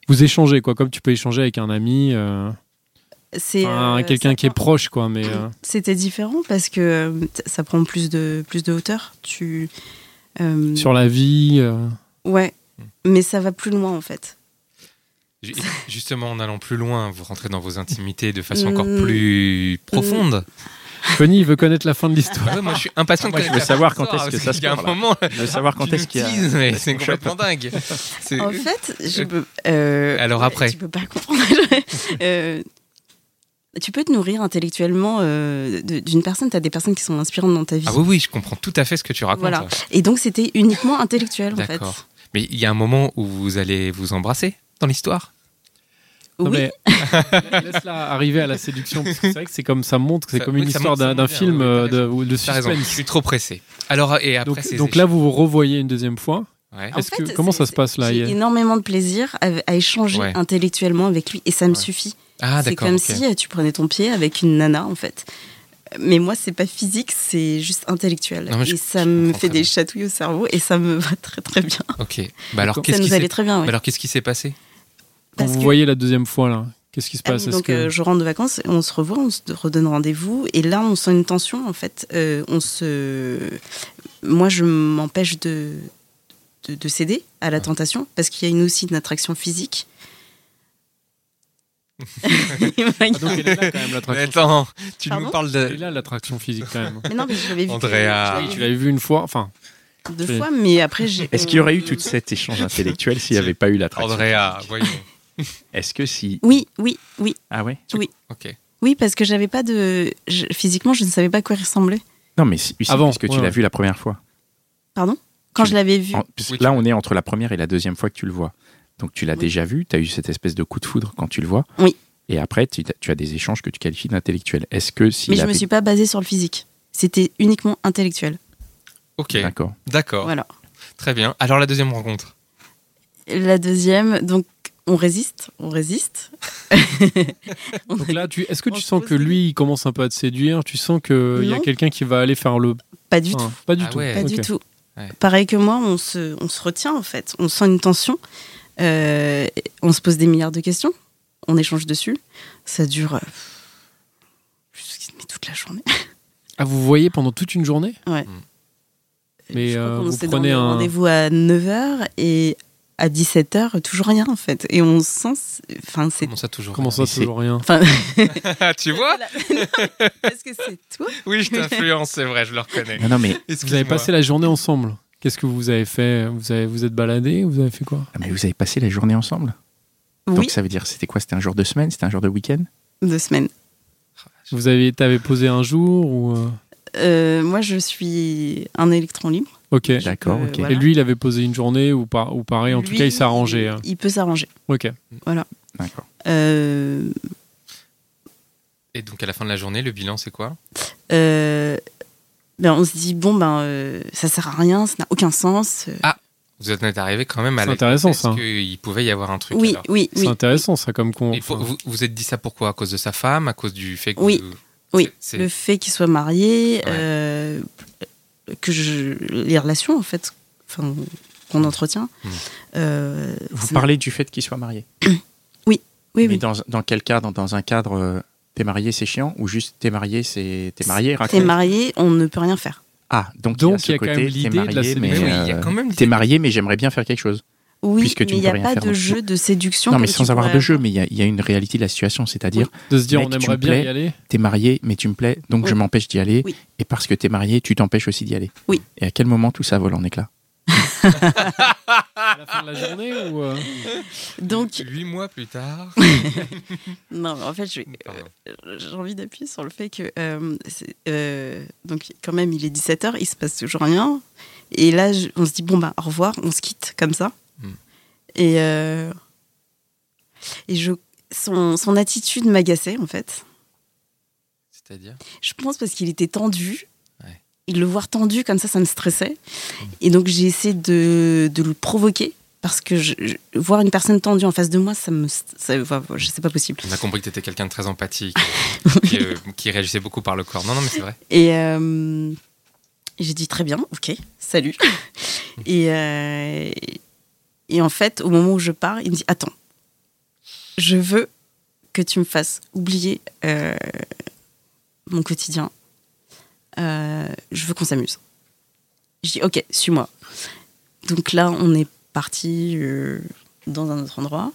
C: Vous échangez quoi, comme tu peux échanger avec un ami, euh,
E: c'est
C: enfin,
E: euh,
C: quelqu'un
E: ça
C: qui est
E: prend-
C: proche, quoi. Mais euh,
E: C'était différent parce que euh, t- ça prend plus de plus de hauteur. Tu. euh,
C: sur la vie, euh,
E: Ouais. Mais ça va plus loin en fait.
D: Ju- Justement, en allant plus loin, vous rentrez dans vos intimités de façon encore
E: Mm.
D: plus profonde.
C: Fanny, il veut connaître la fin de l'histoire.
D: Ah ouais, moi, je suis impatient.
B: Moi,
D: que
B: je
D: la
B: veux
D: personne
B: savoir quand
D: sorte,
B: est-ce que
D: parce
B: ça
D: qu'il
B: se
D: y a un
B: parle, là.
D: moment.
B: Je veux savoir quand
D: tu
B: est-ce
D: nous
B: qu'il y a.
D: teases, mais C'est
B: on
D: complètement dingue. C'est-
E: En fait, je peux. euh,
D: Euh, Alors après.
E: Tu peux pas comprendre. Euh, tu peux te nourrir intellectuellement euh, de- d'une personne. Tu as des personnes qui sont inspirantes dans ta vie.
D: Ah oui, oui, je comprends tout à fait ce que tu racontes.
E: Voilà. Et donc, c'était uniquement intellectuel, en fait.
D: D'accord. Mais il y a un moment où vous allez vous embrasser dans l'histoire.
C: Non,
E: Oui,
C: mais Laisse-la arriver à la séduction, parce que c'est vrai que c'est comme ça montre, c'est
D: Ça-
C: comme
D: oui,
C: une
D: ça
C: histoire
D: monte- ça
C: d'un d'un
D: monte bien,
C: film
D: oui,
C: euh,
D: t'as
C: de, ou de
D: T'as raison, je
C: suspense.
D: suis trop pressé. Alors, et après,
C: Donc,
D: ces
C: donc là,
D: échanges-
C: vous vous revoyez une deuxième fois.
D: Ouais.
E: En
C: Est-ce que-
E: fait,
C: comment
E: c'est-
C: ça se passe, là,
E: J'ai
C: Yael
E: énormément de plaisir à, à échanger
D: Ouais.
E: intellectuellement avec lui et ça me
D: Ouais.
E: suffit.
D: Ah,
E: c'est
D: d'accord.
E: comme
D: ok.
E: si euh, tu prenais ton pied avec une nana, en fait. Mais moi, c'est pas physique, c'est juste intellectuel.
D: Non, mais je-
E: et ça
D: je
E: me
D: comprends
E: fait
D: très
E: des
D: bien.
E: chatouilles au cerveau et ça me va très très bien.
D: Ok. Bah alors,
E: Ça
D: qu'est-ce qui
E: nous
D: s'est
E: allait très bien.
D: Mais
E: ouais.
D: alors, qu'est-ce qui s'est passé
C: Quand
E: Parce
C: vous
E: que-
C: voyez la deuxième fois, là, qu'est-ce qui se
E: Ah oui,
C: passe Est-ce
E: donc
C: que-
E: euh, je rentre de vacances, on se revoit, on se redonne rendez-vous et là on sent une tension en fait. Euh, on se, moi je m'empêche de, de de céder à la tentation parce qu'il y a une aussi une attraction physique. Il m'a
C: Ah, donc elle est là, quand même, l'attraction.
D: Attends, tu
E: Pardon
D: nous parles
C: Elle est
D: de.
C: là, l'attraction physique, quand même.
E: Mais non, mais je l'avais vu,
D: Andrea.
E: je l'avais
C: Tu
E: vu
C: l'avais vu une fois, enfin,
E: deux fois, mais après j'ai.
B: Est-ce qu'il y aurait eu tout cet échange intellectuel s'il n'y avait pas eu la traction
D: Andrea, voyons.
B: Est-ce que si.
E: Oui, oui, oui,
B: Ah ouais
D: Ok.
E: oui, parce que j'avais pas de je- physiquement, je ne savais pas à quoi il ressemblait.
B: Non, mais si, si,
C: Avant,
B: parce que tu
C: ouais,
B: l'as
C: ouais.
B: vu la première fois.
E: Quand
B: Tu-
E: je l'avais vu,
B: En- parce que
D: Oui, tu-
B: là, on est entre la première et la deuxième fois que tu le vois. Donc tu l'as déjà vu, tu as eu cette espèce de coup de foudre quand tu le vois.
E: Oui.
B: Et après, tu, tu as des échanges que tu qualifies d'intellectuels. Est-ce que si.
E: mais je me suis pas basée sur le physique. C'était uniquement intellectuel.
D: Ok,
B: D'accord.
D: d'accord.
E: Voilà.
D: Très bien. Alors, la deuxième rencontre.
E: La deuxième, donc on résiste, on résiste. On
C: Donc
E: a-
C: là, tu, est-ce que
E: On
C: tu
E: se
C: sens
E: pose
C: que
E: des-
C: lui, il commence un peu à te séduire Tu sens qu'il y a
E: Non.
C: quelqu'un qui va aller faire le.
E: pas du
C: Enfin,
E: tout,
C: pas du
D: Ah
C: tout.
D: ouais.
E: pas
C: Ok.
E: du tout.
D: Ouais.
E: Pareil que moi, on se, on se retient en fait, on sent une tension. Euh, on se pose des milliards de questions, on échange dessus. Ça dure euh, mais toute la journée.
C: Ah, vous voyez pendant toute une journée
E: Ouais.
C: Mais
E: Je crois
C: euh,
E: qu'on
C: vous
E: s'est
C: prenez
E: donné
C: un.
E: rendez-vous à 9h et à 17h, toujours rien en fait. Et on sent. c'est- Enfin, c'est.
D: Comment ça toujours
C: Comment ça,
B: Mais c'est-
C: toujours rien
E: Enfin,
D: Ah, tu vois
E: parce que c'est toi.
D: Oui, je t'influence, c'est vrai, je le reconnais.
B: Non, non, mais,
C: Vous avez
D: Excuse-moi.
C: passé la journée ensemble. Qu'est-ce que vous avez fait Vous avez, vous êtes baladé Vous avez fait quoi
B: mais vous avez passé la journée ensemble.
E: Oui,
B: Donc ça veut dire, c'était quoi C'était un jour de semaine C'était un jour de week-end
E: deux semaines.
C: Vous avez, t'avais posé un jour ou euh,
E: Euh, moi, je suis un électron libre.
C: Ok. Et
B: D'accord,
E: Euh,
B: ok.
E: voilà.
C: lui, il avait posé une journée ou pas Ou pareil, en tout
E: Lui,
C: cas, il s'est arrangé. hein.
E: Il peut s'arranger.
C: Ok.
B: D'accord.
E: Euh,
D: Et donc à la fin de la journée, le bilan c'est quoi
E: euh, ben, on se dit, bon, ben, euh, ça sert à rien, ça n'a aucun sens. Euh,
D: Vous en êtes arrivé quand même à
C: C'est
D: la-
C: intéressant,
D: Est-ce
C: ça.
D: qu'il pouvait y avoir un truc
E: oui,
D: alors
E: oui,
C: C'est
E: oui.
C: intéressant, ça, comme con.
D: Et pour-
C: enfin.
D: vous vous êtes dit ça pourquoi À cause de sa femme À cause du fait que
E: Oui.
D: vous-
E: Oui,
D: c'est-
E: le fait qu'il soit marié,
D: Ouais.
E: euh, que je, les relations en fait, enfin, qu'on entretient.
C: Hmm.
D: Mm.
E: euh,
B: Vous
E: ça-
B: parlez du fait qu'il soit marié.
E: Oui,
B: mais
E: oui.
B: Dans, dans quel cadre Dans un cadre, euh, t'es marié, c'est chiant Ou juste t'es marié, c'est. T'es marié,
E: T'es
B: raconte
E: marié, on ne peut rien faire.
B: Ah, donc,
C: Donc,
B: il y a, ce
C: il y a quand
B: côté,
C: même
B: t'es
C: l'idée de la
B: marié, mais,
D: Mais oui, il y a
B: euh,
D: quand même
B: T'es marié, mais j'aimerais bien faire quelque chose.
E: Oui,
B: Puisque tu
E: mais
B: ne
E: il n'y
B: peux
E: a
B: rien
E: pas
B: faire,
E: de
B: donc.
E: jeu de séduction.
B: non, mais
E: comme
B: sans
E: tu
B: avoir
E: pourrais
B: de jeu, mais il y a- il y, a une réalité de la situation. C'est-à-dire,
C: de se dire,
B: mec,
C: on
B: tu
C: aimerait
B: me
C: bien
B: plais.
C: y aller.
B: t'es marié, mais tu me plais, donc je
E: Oui.
B: m'empêche d'y aller.
E: Oui.
B: Et parce que t'es marié, tu t'empêches aussi d'y aller.
E: Oui.
B: Et à quel moment tout ça vole en éclats
C: À la fin de la journée ou euh,
E: faire. Donc,
D: 8 mois plus tard.
E: non, mais en fait, je vais-
D: Pardon.
E: euh, j'ai envie d'appuyer sur le fait que, euh, c'est- euh, donc, quand même, il est 17h, il se passe toujours rien. Et là, je- on se dit, bon, bah, au revoir, on se quitte comme ça.
D: Mm.
E: Et, euh, et je, son, son attitude m'agaçait, en fait.
D: C'est-à-dire
E: Je pense parce qu'il était tendu.
D: Ouais.
E: Et le voir tendu comme ça, ça me stressait. Et donc, j'ai essayé de, de le provoquer. Parce que je- je- voir une personne tendue en face de moi, ça me. Ça, enfin, je sais pas possible.
D: On a compris que t'étais quelqu'un de très empathique, qui, euh, qui réagissait beaucoup par le corps. Non, non, mais c'est vrai.
E: Et euh, j'ai dit très bien, ok, salut. et, euh, et en fait, au moment où je pars, il me dit attends, je veux que tu me fasses oublier euh, mon quotidien. Euh, je veux qu'on s'amuse. Je dis ok, suis-moi. Donc là, on est parti euh, dans un autre endroit.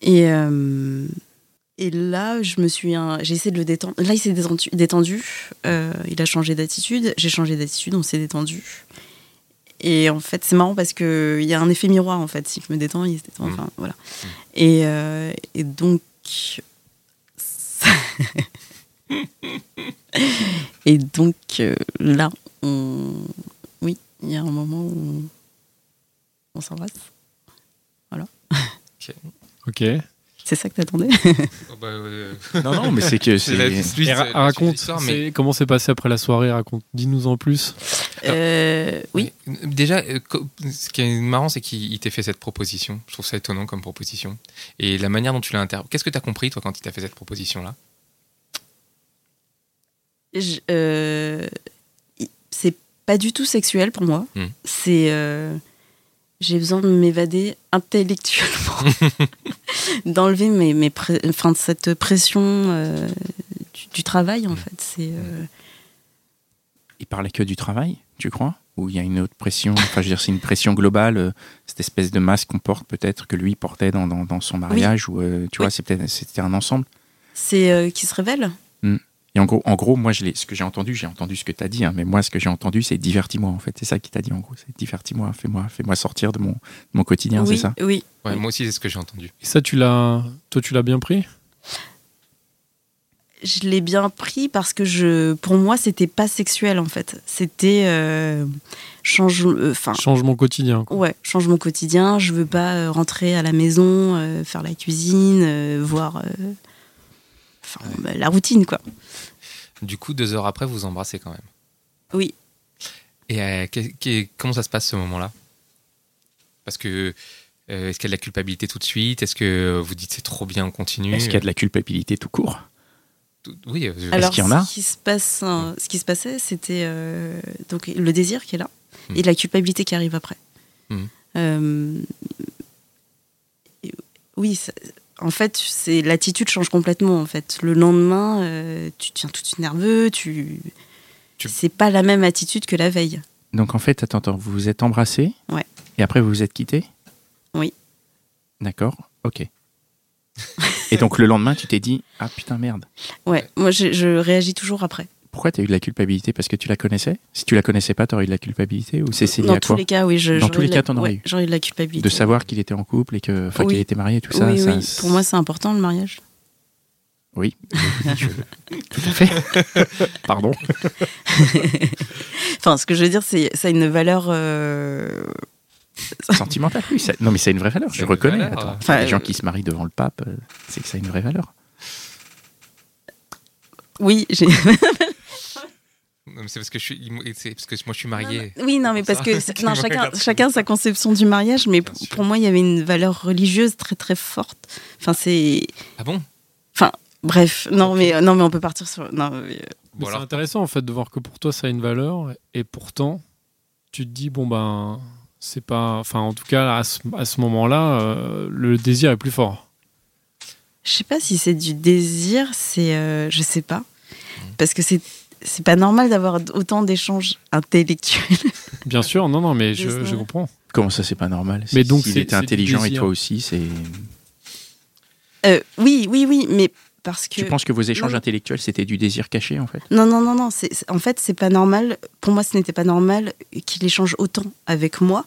E: Et, euh, et là, je me suis, hein, j'ai essayé de le détendre. Là, il s'est détendu. détendu. Euh, il a changé d'attitude. J'ai changé d'attitude. On s'est détendu. Et en fait, c'est marrant parce que il y a un effet miroir en fait. S'il me détend, il se détend.
D: Mhm.
E: Enfin, voilà.
D: Mhm.
E: Et, euh, et donc. ça- et donc euh, là, on. Oui, il y a un moment où on, on s'embrasse.
C: Ok.
E: C'est ça que t'attendais
D: Oh, bah, euh,
B: Non, non, mais c'est que.
D: c'est la
B: c'est-
D: suite,
C: Et
D: la
C: ra-
D: suite de
C: raconte,
D: l'histoire, mais
C: c'est- comment s'est passé après la soirée Raconte. Dis-nous en plus.
E: Euh, Oui.
D: Mais, euh, Déjà, euh, co- ce qui est marrant, c'est qu'il il t'ait fait cette proposition. Je trouve ça étonnant comme proposition. Et la manière dont tu l'as interprétée. Qu'est-ce que tu as compris, toi, quand il t'a fait cette proposition-là
E: Je- euh, i- c'est pas du tout sexuel pour moi.
D: Hmm.
E: C'est. euh, j'ai besoin de m'évader intellectuellement, d'enlever mes, mes pré- enfin, de cette pression euh, du, du travail en fait. C'est euh,
B: Il parlait que du travail, tu crois Ou il y a une autre pression Enfin, je veux dire, c'est une pression globale, euh, cette espèce de masque qu'on porte peut-être, que lui portait dans, dans, dans son mariage, ou euh, tu vois, c'est peut-être- c'était un ensemble.
E: c'est euh, qui se révèle.
B: Et en gros, en gros moi, je l'ai- ce que j'ai entendu, j'ai entendu ce que tu as dit, hein, mais moi, ce que j'ai entendu, c'est divertis-moi, en fait. C'est ça qui t'a dit, en gros. C'est divertis-moi, fais-moi fais sortir de mon, de mon quotidien,
E: oui,
B: c'est ça
E: oui.
D: ouais,
E: Oui.
D: Moi aussi, c'est ce que j'ai entendu.
C: Et ça, tu l'as, toi, tu l'as bien pris
E: je l'ai bien pris parce que je, pour moi, c'était pas sexuel en fait. C'était euh, change, euh, enfin,
C: Changement quotidien. quoi.
E: ouais, change mon quotidien. Je veux pas euh, rentrer à la maison, euh, faire la cuisine, euh, voir, euh, enfin, bah, la routine quoi.
D: Du coup, deux heures après, vous vous embrassez quand même.
E: Oui.
D: Et euh, qu'est- qu'est- comment ça se passe ce moment-là Parce que. euh, Est-ce qu'il y a de la culpabilité tout de suite Est-ce que vous dites c'est trop bien, on continue
B: Est-ce qu'il y a de la culpabilité tout court
D: Tout- Oui, euh,
E: Alors,
B: qu'il y en a
E: ce qui se passe, hein, ce qui se passait, c'était euh, donc le désir qui est là
D: Hmm.
B: Hmm.
E: et la culpabilité qui arrive après.
D: Hmm.
E: Euh, oui, ça- en fait, c'est l'attitude change complètement. En fait, le lendemain, euh, tu deviens tout de suite nerveux. Tu,
D: Tu-
E: c'est pas la même attitude que la veille.
B: Donc en fait, attends, attends, vous vous êtes embrassés
E: Ouais.
B: Et après, vous vous êtes quittés
E: Oui.
B: D'accord, ok. et donc le lendemain, tu t'es dit Ah putain, merde.
E: Ouais, moi, je, je réagis toujours après.
B: Pourquoi t'as eu de la culpabilité Parce que tu la connaissais Si tu la connaissais pas, t'aurais eu de la culpabilité Ou c'est c'est lié
E: Dans
B: à
E: tous
B: quoi
E: les cas, oui, je,
B: Dans
E: j'aurais
B: tous les
E: de la-
B: cas, t'en aurais
E: ouais,
B: eu.
E: J'aurais eu de la culpabilité.
B: De savoir qu'il était en couple et que, enfin,
E: Oui.
B: qu'il était marié, tout ça.
E: oui,
B: ça-
E: oui. Pour moi, c'est important le mariage.
B: Oui, je- tout à fait. Pardon.
E: Enfin, ce que je veux dire, c'est ça a une valeur. euh,
B: Sentimental, oui. ça- Non, mais c'est une vraie valeur,
D: C'est
B: je
D: une
B: reconnais.
D: valeur.
B: attends.
E: Enfin,
B: les gens
E: euh,
B: qui se marient devant le pape, euh, c'est que ça a une vraie valeur.
E: Oui, j'ai-
D: Non, mais C'est parce que je suis, il me- c'est parce que moi je suis marié.
E: oui, non, mais
D: C'est
E: parce que
D: ça.
E: c'est- non,
D: Tu me
E: chacun,
D: regardes.
E: chacun sa conception du mariage, mais pour,
D: sûr.
E: pour moi, il y avait une valeur religieuse très très forte. Enfin, c'est
D: Ah bon
E: bref, non, mais euh, non, mais on peut partir sur. Non, mais, euh,
C: Mais
D: Bon
C: C'est
D: alors,
C: intéressant en fait de voir que pour toi ça a une valeur et pourtant tu te dis bon ben c'est pas enfin en tout cas à ce, à ce moment-là euh, le désir est plus fort.
E: je sais pas si c'est du désir, c'est euh, je sais pas,
B: Hmm.
E: parce que c'est c'est pas normal d'avoir autant d'échanges intellectuels.
C: Bien sûr non non mais
E: Yes,
C: je,
E: non.
C: je comprends.
B: Comment ça, c'est pas normal
C: Mais donc,
B: s'il
C: c'est-
B: était
C: c'est du
B: intelligent et
C: désir.
B: toi aussi, c'est.
E: Euh, oui, oui, oui, mais parce que
B: Tu penses que vos échanges
E: non.
B: intellectuels, c'était du désir caché, en fait
E: Non, non, non, non. c'est- c'est- en fait, c'est pas normal. Pour moi, ce n'était pas normal qu'il échange autant avec moi.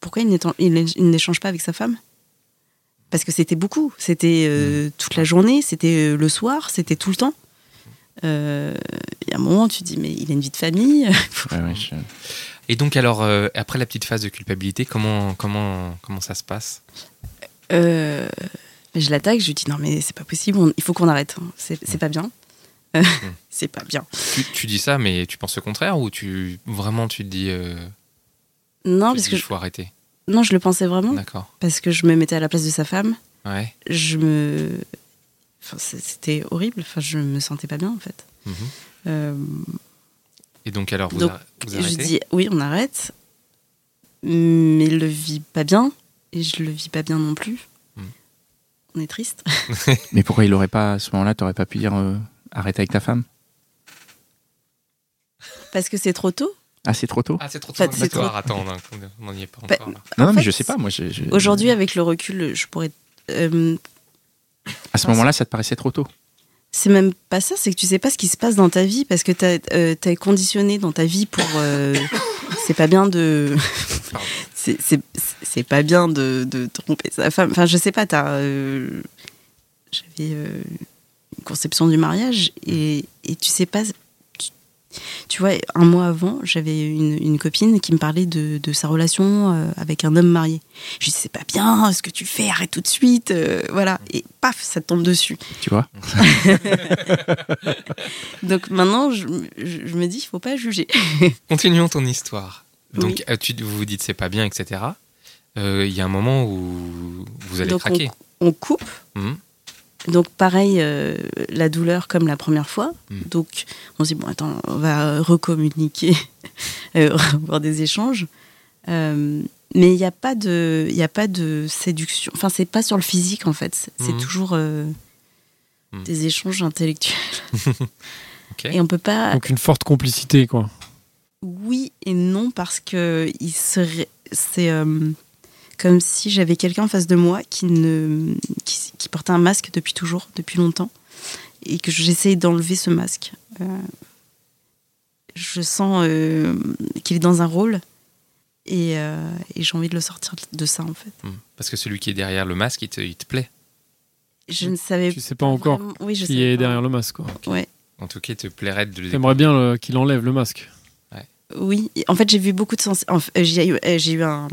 E: Pourquoi il n'étant- il- il n'échange pas avec sa femme Parce que c'était beaucoup. C'était euh, toute la journée, c'était euh, le soir, c'était tout le temps. Euh, Il y a un moment, tu te dis, mais il a une vie de famille.
B: Ouais, ouais, je-
D: et donc alors euh, après la petite phase de culpabilité, comment comment comment ça se passe
E: Euh, je l'attaque, je lui dis, non, mais c'est pas possible, on- il faut qu'on arrête. hein. C'est c'est pas bien. Euh, c'est pas bien.
D: tu, tu dis ça, mais tu penses le contraire ou tu vraiment tu te dis euh,
E: Non,
D: tu te
E: parce
D: dis,
E: que je, Hmm
D: faut arrêter.
E: non, je le pensais vraiment,
D: D'accord.
E: parce que je me mettais à la place de sa femme.
D: Ouais.
E: je me. Enfin, c- c'était horrible. Enfin, je me sentais pas bien, en fait.
D: Mhm.
E: Euh,
D: Et donc alors vous,
E: Donc,
D: arr- vous
E: et je
D: arrêtez
E: dis, oui, on arrête. Mais il le vit pas bien. Et je le vis pas bien non plus.
D: Mhm.
E: On est triste.
B: Mais pourquoi il aurait pas, à ce moment-là, t'aurais pas pu dire euh, arrête avec ta femme
E: Parce que c'est trop tôt.
B: Ah, c'est trop tôt
D: Ah c'est trop tôt.
E: Enfin, c'est
D: D'accord,
E: trop-
D: Attends, on en- on n'y est pas
E: Bah,
D: encore. là.
B: Non, non, mais
E: fait,
B: je sais pas, moi. je- je-
E: Aujourd'hui, avec le recul, je pourrais. euh,
B: À ce moment-là, ça te paraissait trop tôt.
E: c'est même pas ça, c'est que tu sais pas ce qui se passe dans ta vie parce que t'as euh, t'es conditionné dans ta vie pour. euh, c'est pas bien de.
D: Pardon.
E: c'est c'est- c'est pas bien de, de tromper sa femme. Enfin, je sais pas, t'as. euh, J'avais euh, une conception du mariage et, et tu sais pas. Tu, tu vois, un mois avant, j'avais une, une copine qui me parlait de, de sa relation euh, avec un homme marié. Je lui dis, c'est pas bien ce que tu fais, arrête tout de suite, euh, voilà. Et paf, ça te tombe dessus.
B: Tu vois
E: Donc maintenant, je, je- je me dis, il faut pas juger.
D: Continuons ton histoire. Donc,
E: Oui.
D: euh, tu, vous vous dites c'est pas bien, etc. Euh, Il y a un moment où vous allez
E: Donc,
D: craquer.
E: On coupe.
D: Mhm.
E: Donc pareil, euh, la douleur comme la première fois.
D: Mm.
E: Donc on se dit, bon, attends, on va euh, recommuniquer, euh, avoir des échanges. Euh, mais il n'y a, pas de- il y a pas de séduction. Enfin, c'est pas sur le physique, en fait. C'est c'est
D: Mhm.
E: toujours euh,
D: Mm.
E: des échanges intellectuels.
D: Ok.
E: Et on peut pas...
C: Donc une forte complicité quoi.
E: Oui et non parce que il serait, c'est euh, comme si j'avais quelqu'un en face de moi qui ne, qui, qui portait un masque depuis toujours, depuis longtemps, et que j'essaye d'enlever ce masque. Euh, je sens euh, qu'il est dans un rôle et, euh, et j'ai envie de le sortir de ça en fait.
D: Mhm. Parce que celui qui est derrière le masque, il te, il te plaît.
E: Je ne savais
C: Tu sais pas encore
E: vraiment- oui, je
C: qui
E: savais
C: est
E: pas.
C: derrière le masque quoi.
E: Ouais.
D: En tout cas, il te plairait de le
C: T'aimerais bien euh, qu'il enlève le masque.
E: Oui, et en fait, j'ai vu beaucoup de sens. en fait, J'ai eu, euh, j'ai eu un.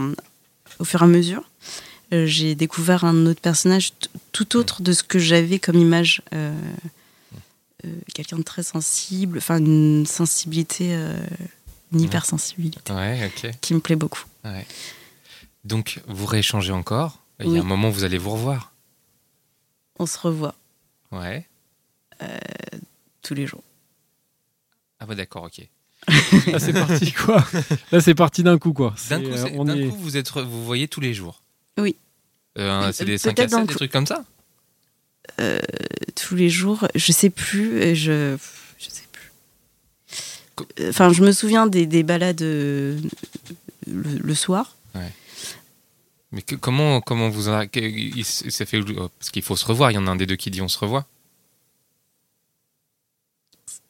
E: Au fur et à mesure, euh, j'ai découvert un autre personnage t- tout autre de ce que j'avais comme image. euh, euh, Quelqu'un de très sensible, enfin une sensibilité, euh, une hypersensibilité
D: Ouais, ok.
E: qui me plaît beaucoup.
D: Ouais. Donc, vous rééchangez encore. Il y
E: Oui.
D: a un moment où vous allez vous revoir.
E: On se revoit
D: Ouais.
E: tous les jours.
D: Ah bah d'accord, ok.
C: Là c'est parti quoi. Là c'est parti d'un coup quoi.
D: D'un
C: C'est,
D: coup,
C: euh,
D: c'est-
C: on
D: d'un
C: y est.
D: coup, vous êtes, re- vous voyez tous les jours.
E: Oui.
D: Euh,
E: Mais
D: c'est
E: peut-
D: des 5 à
E: peut-être dans
D: 7,
E: le
D: des
E: cou-
D: trucs comme ça
E: euh, tous les jours, je sais plus, euh, je, je sais plus.
D: Co-
E: Enfin, je me souviens des, des balades euh, le, le soir.
D: Mais que- comment, comment vous. en a- que- il s- il s'est fait, euh, parce qu'il faut se revoir, il y en a un des deux qui dit on se revoit.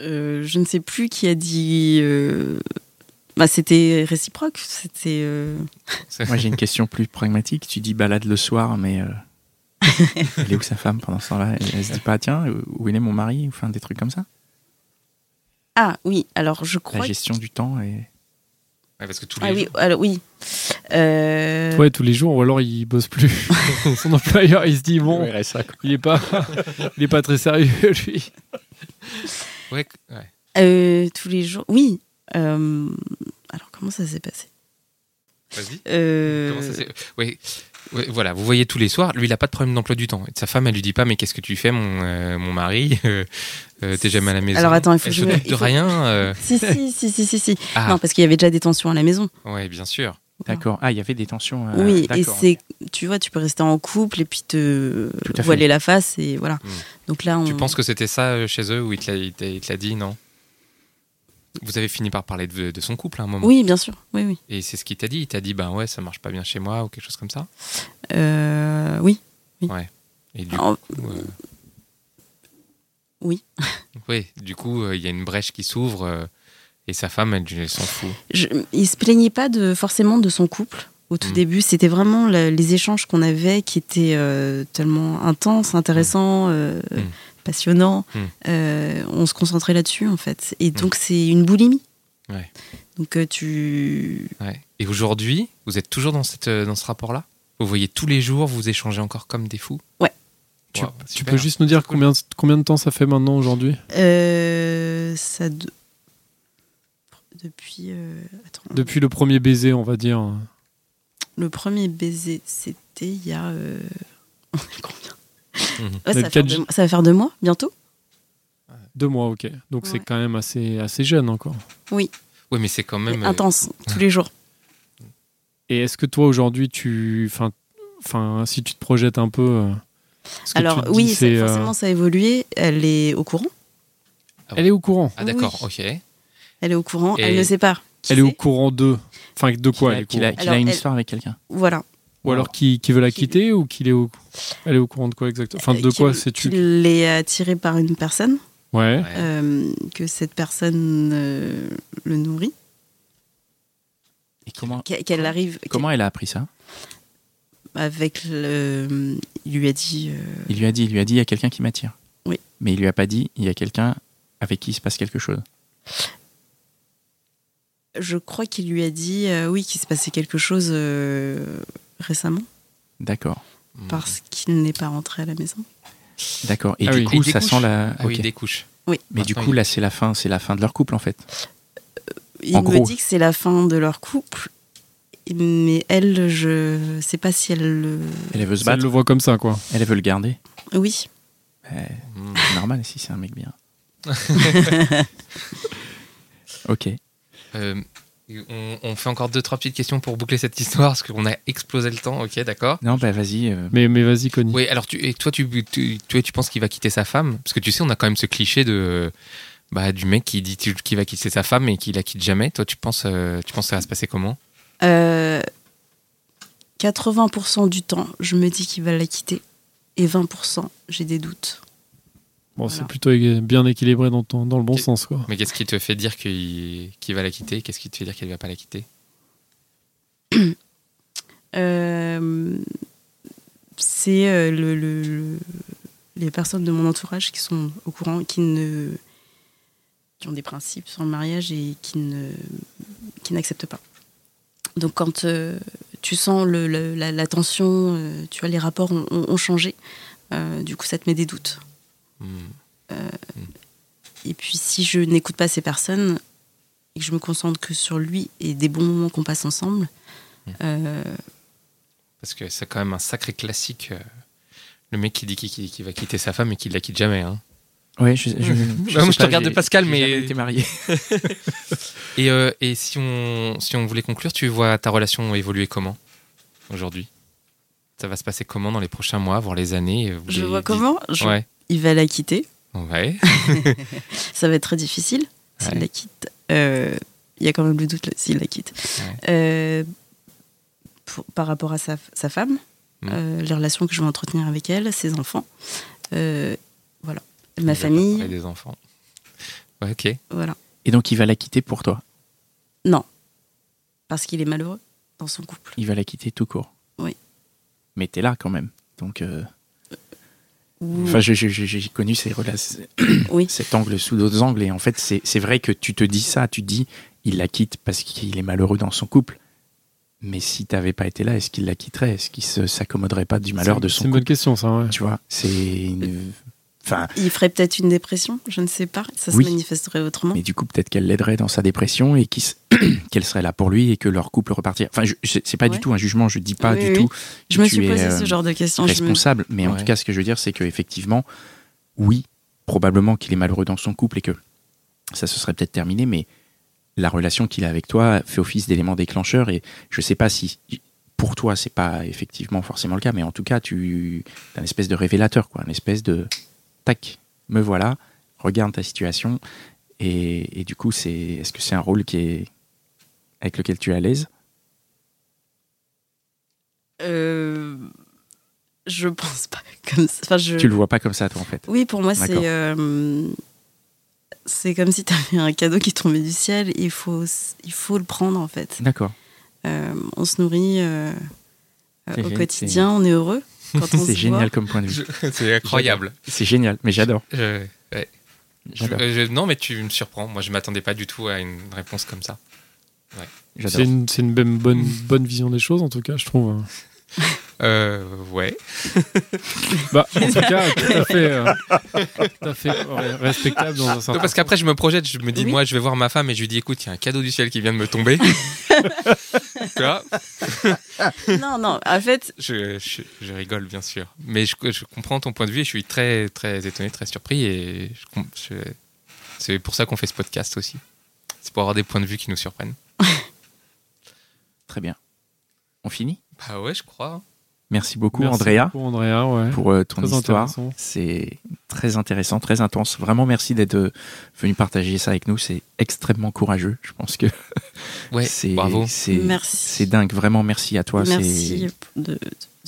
E: Euh, je ne sais plus qui a dit. euh, bah, c'était réciproque. C'était. euh,
B: Moi, j'ai une question plus pragmatique. Tu dis balade le soir, mais euh, elle est où sa femme pendant ce temps-là elle, elle se dit pas, tiens, où il est mon mari Enfin, des trucs comme ça.
E: Ah oui. Alors, je
B: La
E: crois.
B: gestion du temps et.
D: Ouais, parce que tous les
E: Ah oui.
D: jours-
E: Alors oui. Euh,
C: Ouais, tous les jours, ou alors il bosse plus. Son employeur, il se dit bon, il est pas, il est pas très sérieux lui.
D: Ouais, que- ouais.
E: euh, tous les jours. Oui. Euh, alors, comment ça s'est passé
D: Vas-y.
E: Euh,
D: Comment ça s'est- ouais. Ouais, voilà, vous voyez tous les soirs, lui il a pas de problème d'emploi du temps. Et sa femme elle lui dit pas mais qu'est-ce que tu fais mon, euh, mon mari Euh, euh, T'es jamais à la maison.
E: Alors, attends, il faut
D: elle
E: que
D: se
E: je me-
D: doute
E: il
D: de
E: faut-
D: rien. euh.
E: Si, si, si, si, si, si.
D: Ah.
E: Non, parce qu'il y avait déjà des tensions à la maison.
D: Ouais, bien sûr.
B: D'accord. Ah, il y avait des tensions. euh,
E: oui, et
B: d'accord.
E: c'est, tu vois, tu peux rester en couple et puis te
B: Tout à fait.
E: voiler la face et voilà.
D: Mm.
E: Donc là, on...
D: Tu penses que c'était ça euh, chez eux où il te l'a- il t'a il te l'a dit, non Vous avez fini par parler de, de son couple à un moment.
E: Oui, bien sûr. Oui, oui.
D: Et c'est ce qu'il t'a dit. Il t'a dit, ben ouais, ça marche pas bien chez moi ou quelque chose comme ça.
E: Euh, oui.
D: Et du
E: En-
D: coup. euh,
E: Oh. Oui.
D: Oui, du coup, euh, il y a une brèche qui s'ouvre euh, et sa femme, elle, elle s'en fout.
E: Je- il se plaignait pas de forcément de son couple au tout
D: Mm.
E: début. C'était vraiment la- les échanges qu'on avait qui étaient euh, tellement intenses, intéressants, euh,
D: Mm.
E: passionnants.
D: Mm.
E: Euh, on se concentrait là-dessus en fait. Et donc c'est une boulimie.
D: Ouais.
E: Donc euh, tu
D: Ouais. Et aujourd'hui, vous êtes toujours dans, cette, euh, dans ce rapport-là Vous voyez tous les jours, vous échangez encore comme des fous
E: Ouais.
D: Waouh,
C: Tu
D: super.
C: peux juste nous dire combien, combien de temps ça fait maintenant aujourd'hui
E: euh, ça de- depuis euh, attends.
C: Depuis le premier baiser, on va dire.
E: Le premier baiser, c'était il y a. euh, on est combien
D: Mhm.
E: Ouais,
C: Le
E: ça, va faire
C: quatre-
E: deux mois- ça va faire deux mois, bientôt
C: Deux mois, ok. Donc c'est
E: Ouais.
C: quand même assez, assez jeune encore.
D: Oui, mais c'est quand même.
E: Mais
D: euh,
E: Intense, tous les jours.
C: Et est-ce que toi aujourd'hui, tu, enfin, enfin, si tu te projettes un peu, euh, ce que tu
E: Alors,
C: te dis,
E: oui, ça-
C: c'est, euh,
E: forcément, ça a évolué. Elle est au courant.
C: elle est au courant.
D: Ah, d'accord, ok.
E: Euh, Elle est au courant.
D: Et-
E: Elle ne sait pas. qui
C: elle est au
E: c'est.
C: courant de, enfin, de
B: Qu'il a-
C: quoi elle est au
B: qu'il a,
C: courant
B: qu'il a
E: Alors,
B: une
E: elle-
B: histoire avec quelqu'un.
E: Voilà.
C: Ou alors qui, qui veut la quitter ou qu'il est au, elle est au courant de quoi exactement Enfin, de
E: Euh,
C: quoi
E: qu'il-
C: sais-tu
E: Qu'il est attiré par une personne,
C: Ouais.
D: Ouais.
E: euh, que cette personne euh, le nourrit,
B: Et comment,
E: qu'e- qu'elle arrive qu'elle-
B: comment elle a appris ça
E: avec le. Il lui a dit. euh,
B: Il lui a dit, il lui a dit, il y a quelqu'un qui m'attire.
E: Oui.
B: Mais il lui a pas dit, il y a quelqu'un avec qui il se passe quelque chose.
E: je crois qu'il lui a dit, euh, oui, qu'il se passait quelque chose euh, récemment.
C: Mhm.
B: D'accord.
D: Mm.
E: parce qu'il n'est pas rentré à la maison.
B: D'accord. Et
C: Ah
B: du
C: oui.
D: Et
B: coup,
D: des
B: ça
D: couches.
B: sent la.
D: Ah oui,
B: ok.
D: des couches.
B: Mais du
D: Maintenant,
B: coup,
D: il-
B: là, c'est la fin, c'est la fin de leur couple en fait.
E: Il
B: En
E: me
B: gros.
E: dit que c'est la fin de leur couple, mais elle, je sais pas si elle le...
B: Elle elle veut se
C: Elle
B: battre.
C: le voit comme ça, quoi.
B: Elle elle veut le garder.
E: Oui,
B: Euh,
D: Mm.
B: c'est normal si c'est un mec bien. ok.
D: Euh, on, on fait encore deux, trois petites questions pour boucler cette histoire parce qu'on a explosé le temps, ok, d'accord.
B: Non, bah vas-y. euh,
C: Mais, mais vas-y, Connie.
D: Oui, alors tu, et toi, tu, tu, tu, tu penses qu'il va quitter sa femme Parce que tu sais, on a quand même ce cliché de bah, du mec qui dit tu- qu'il va quitter sa femme et qu'il la quitte jamais. Toi, tu penses, euh, tu penses que ça va se passer comment
E: Euh, 80% du temps, je me dis qu'il va la quitter, et 20%, j'ai des doutes.
C: Bon, c'est
E: Voilà.
C: plutôt ég- bien équilibré dans, ton- dans le bon
D: Ok.
C: sens, quoi.
D: Mais qu'est-ce qui te fait dire qu'il qu'il va la quitter Qu'est-ce qui te fait dire qu'elle va pas la quitter
E: Euh, c'est euh, le- le- le- les personnes de mon entourage qui sont au courant, qui ne qui ont des principes sur le mariage et qui ne qui n'acceptent pas. Donc quand euh, tu sens le- le- la, la tension, euh, tu vois les rapports ont, ont- ont changé. euh, du coup, ça te met des doutes.
D: Hmm.
E: Et puis si je n'écoute pas ces personnes et que je me concentre que sur lui et des bons moments qu'on passe ensemble, euh,
D: Parce que c'est quand même un sacré classique. euh, le mec qui dit qu'il qu'il- qu'il va quitter sa femme et qu'il la quitte jamais. hein.
B: Ouais, je, je, je,
D: Bah, moi,
B: sais
D: je te regardais,
B: j'ai-
D: Pascal,
B: j'ai
D: mais-
B: jamais été marié.
D: Et, euh, et si, on, si on voulait conclure, tu vois ta relation évoluer comment aujourd'hui Ça va se passer comment dans les prochains mois, voire les années vous
E: Je
D: les
E: vois
D: dites-
E: comment. je-
D: Ouais.
E: Il va la quitter.
D: Ouais.
E: Ça va être très difficile s'il
D: Ouais.
E: la quitte. Euh, Il y a quand même le doute là, s'il la quitte. Euh, pour- par rapport à sa, sa femme,
D: Mm.
E: euh, les relations que je vais entretenir avec elle, ses enfants. euh, voilà. Ma
D: Vous avez pas
E: famille.
D: parlé des enfants. Ouais, ok.
E: Voilà.
B: Et donc il va la quitter pour toi.
E: Parce qu'il est malheureux dans son couple.
B: Il va la quitter tout court.
E: Oui.
B: Mais t'es là quand même. Donc, euh,
E: Ou-
B: enfin, je- je- je- j'ai connu ces relations,
E: oui.
B: cet angle sous d'autres angles. Et en fait, c'est c'est vrai que tu te dis ça. Tu dis, il la quitte parce qu'il est malheureux dans son couple. Mais si t'avais pas été là, est-ce qu'il la quitterait Est-ce qu'il se- s'accommoderait pas du malheur de
C: C'est
B: son
C: une
B: couple
C: bonne question, ça. ouais.
B: Tu vois, c'est.
E: Euh,
B: une- Enfin,
E: Il ferait peut-être une dépression, je ne sais pas. Ça se
B: Oui.
E: manifesterait autrement.
B: mais du coup, peut-être qu'elle l'aiderait dans sa dépression et qu'il se- qu'elle serait là pour lui et que leur couple repartirait. Enfin, je- c'est c'est pas du
E: Ouais.
B: tout un jugement. Je dis pas
E: Oui,
B: du
E: oui.
B: tout.
E: je
B: que
E: me
B: tu
E: suis
B: es,
E: posé
B: euh,
E: ce genre de questions. je me-
B: responsable, mais en
D: Ouais.
B: tout cas, ce que je veux dire, c'est que effectivement, oui, probablement qu'il est malheureux dans son couple et que ça se serait peut-être terminé, mais la relation qu'il a avec toi fait office d'élément déclencheur et je sais pas si pour toi c'est pas effectivement forcément le cas, mais en tout cas, tu as une espèce de révélateur, quoi, une espèce de tac, me voilà, regarde ta situation et, et du coup, c'est est-ce que c'est un rôle qui est avec lequel tu es à l'aise
E: Euh, je pense pas comme ça. Enfin, je...
B: Tu le vois pas comme ça, toi, en fait.
E: Oui, pour moi, c'est
B: D'accord.
E: euh, c'est comme si tu avais un cadeau qui tombait du ciel. et Il faut, s- il faut le prendre en fait.
B: D'accord.
E: Euh, on se nourrit euh, euh,
B: C'est
E: au
B: gé-
E: quotidien, on est heureux quand on se
B: C'est génial
E: voit.
B: comme point de vue.
D: C'est incroyable.
B: C'est génial, mais j'adore.
D: Je- ouais. Je-
B: J'adore.
D: euh, je- non, mais tu me surprends. Moi, je m'attendais pas du tout à une réponse comme ça.
B: J'adore.
C: C'est une, c'est une bonne, bonne, bonne vision des choses, en tout cas, je trouve. hein.
D: Euh, ouais.
C: Bah, en tout cas, tout à fait, euh, tout à fait ouais, respectable dans un
D: Non,
C: certain
D: parce qu'après, je me projette, je me dis,
E: Oui.
D: moi, je vais voir ma femme et je lui dis, écoute, il y a un cadeau du ciel qui vient de me tomber. tu vois
E: Non, non, en fait,
D: je, je- je rigole, bien sûr. Mais je, je comprends ton point de vue et je suis très, très étonné, très surpris. Et je com- je- c'est pour ça qu'on fait ce podcast aussi. C'est pour avoir des points de vue qui nous surprennent.
B: Très bien. On finit
D: Bah ouais, je crois.
B: Merci beaucoup,
C: Merci
B: Andrea,
C: beaucoup, Andrea, ouais.
B: pour euh, ton
C: Très
B: histoire.
C: intéressant.
B: C'est très intéressant, très intense. Vraiment, merci d'être euh, venu partager ça avec nous. C'est extrêmement courageux. Je pense que
D: Ouais,
B: c'est
D: bravo.
B: c'est-
E: Merci.
B: c'est dingue. Vraiment, merci à toi.
E: merci
B: C'est-
E: de,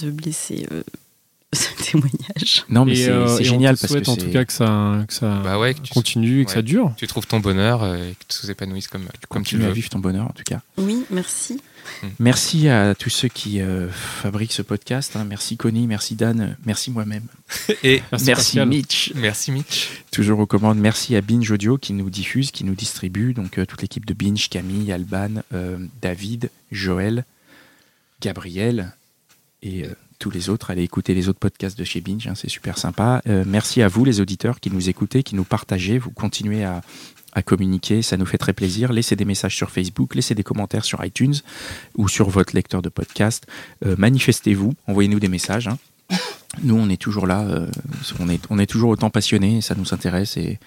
E: de blesser euh, ce témoignage.
B: Non, mais
C: Et,
B: c'est
C: euh,
B: c'est
C: et
B: génial
C: on te
B: parce que
C: souhaite en
B: c'est-
C: tout cas que ça, que ça
D: Bah ouais, que tu,
C: continue et que
D: ouais.
C: ça dure.
D: tu trouves ton bonheur euh, et que tout s'épanouisse comme, comme tu
B: continue à
D: veux.
B: vivre ton bonheur, en tout cas.
E: Oui, merci.
B: Merci à tous ceux qui euh, fabriquent ce podcast. hein. Merci Connie, merci Dan, euh, merci moi-même.
D: Et
C: Merci,
B: merci
C: Pascal.
B: Mitch.
D: merci, Mitch.
B: Toujours aux commandes. Merci à Binge Audio qui nous diffuse, qui nous distribue. Donc euh, toute l'équipe de Binge, Camille, Alban, euh, David, Joël, Gabriel et euh, tous les autres. Allez écouter les autres podcasts de chez Binge, hein, c'est super sympa. Euh, merci à vous les auditeurs qui nous écoutez, qui nous partagez. Vous continuez à, à communiquer, ça nous fait très plaisir. Laissez des messages sur Facebook, laissez des commentaires sur iTunes ou sur votre lecteur de podcast. Euh, Manifestez-vous, envoyez-nous des messages. hein. Nous, on est toujours là, euh, on, est, on est toujours autant passionnés, ça nous intéresse et,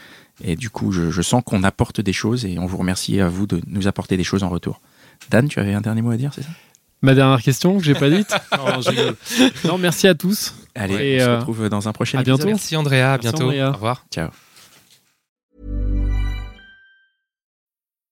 B: et du coup, je, je sens qu'on apporte des choses et on vous remercie à vous de nous apporter des choses en retour. Dan, tu avais un dernier mot à dire, c'est ça
C: Ma dernière question que j'ai pas dite. non, je rigole. Non, merci à tous.
B: Allez,
C: Et,
B: on se
C: euh,
B: retrouve dans un prochain
C: à
B: épisode.
C: bientôt.
D: Merci, Andrea. À
C: Merci,
D: bientôt.
C: Andrea.
D: Au revoir.
B: Ciao.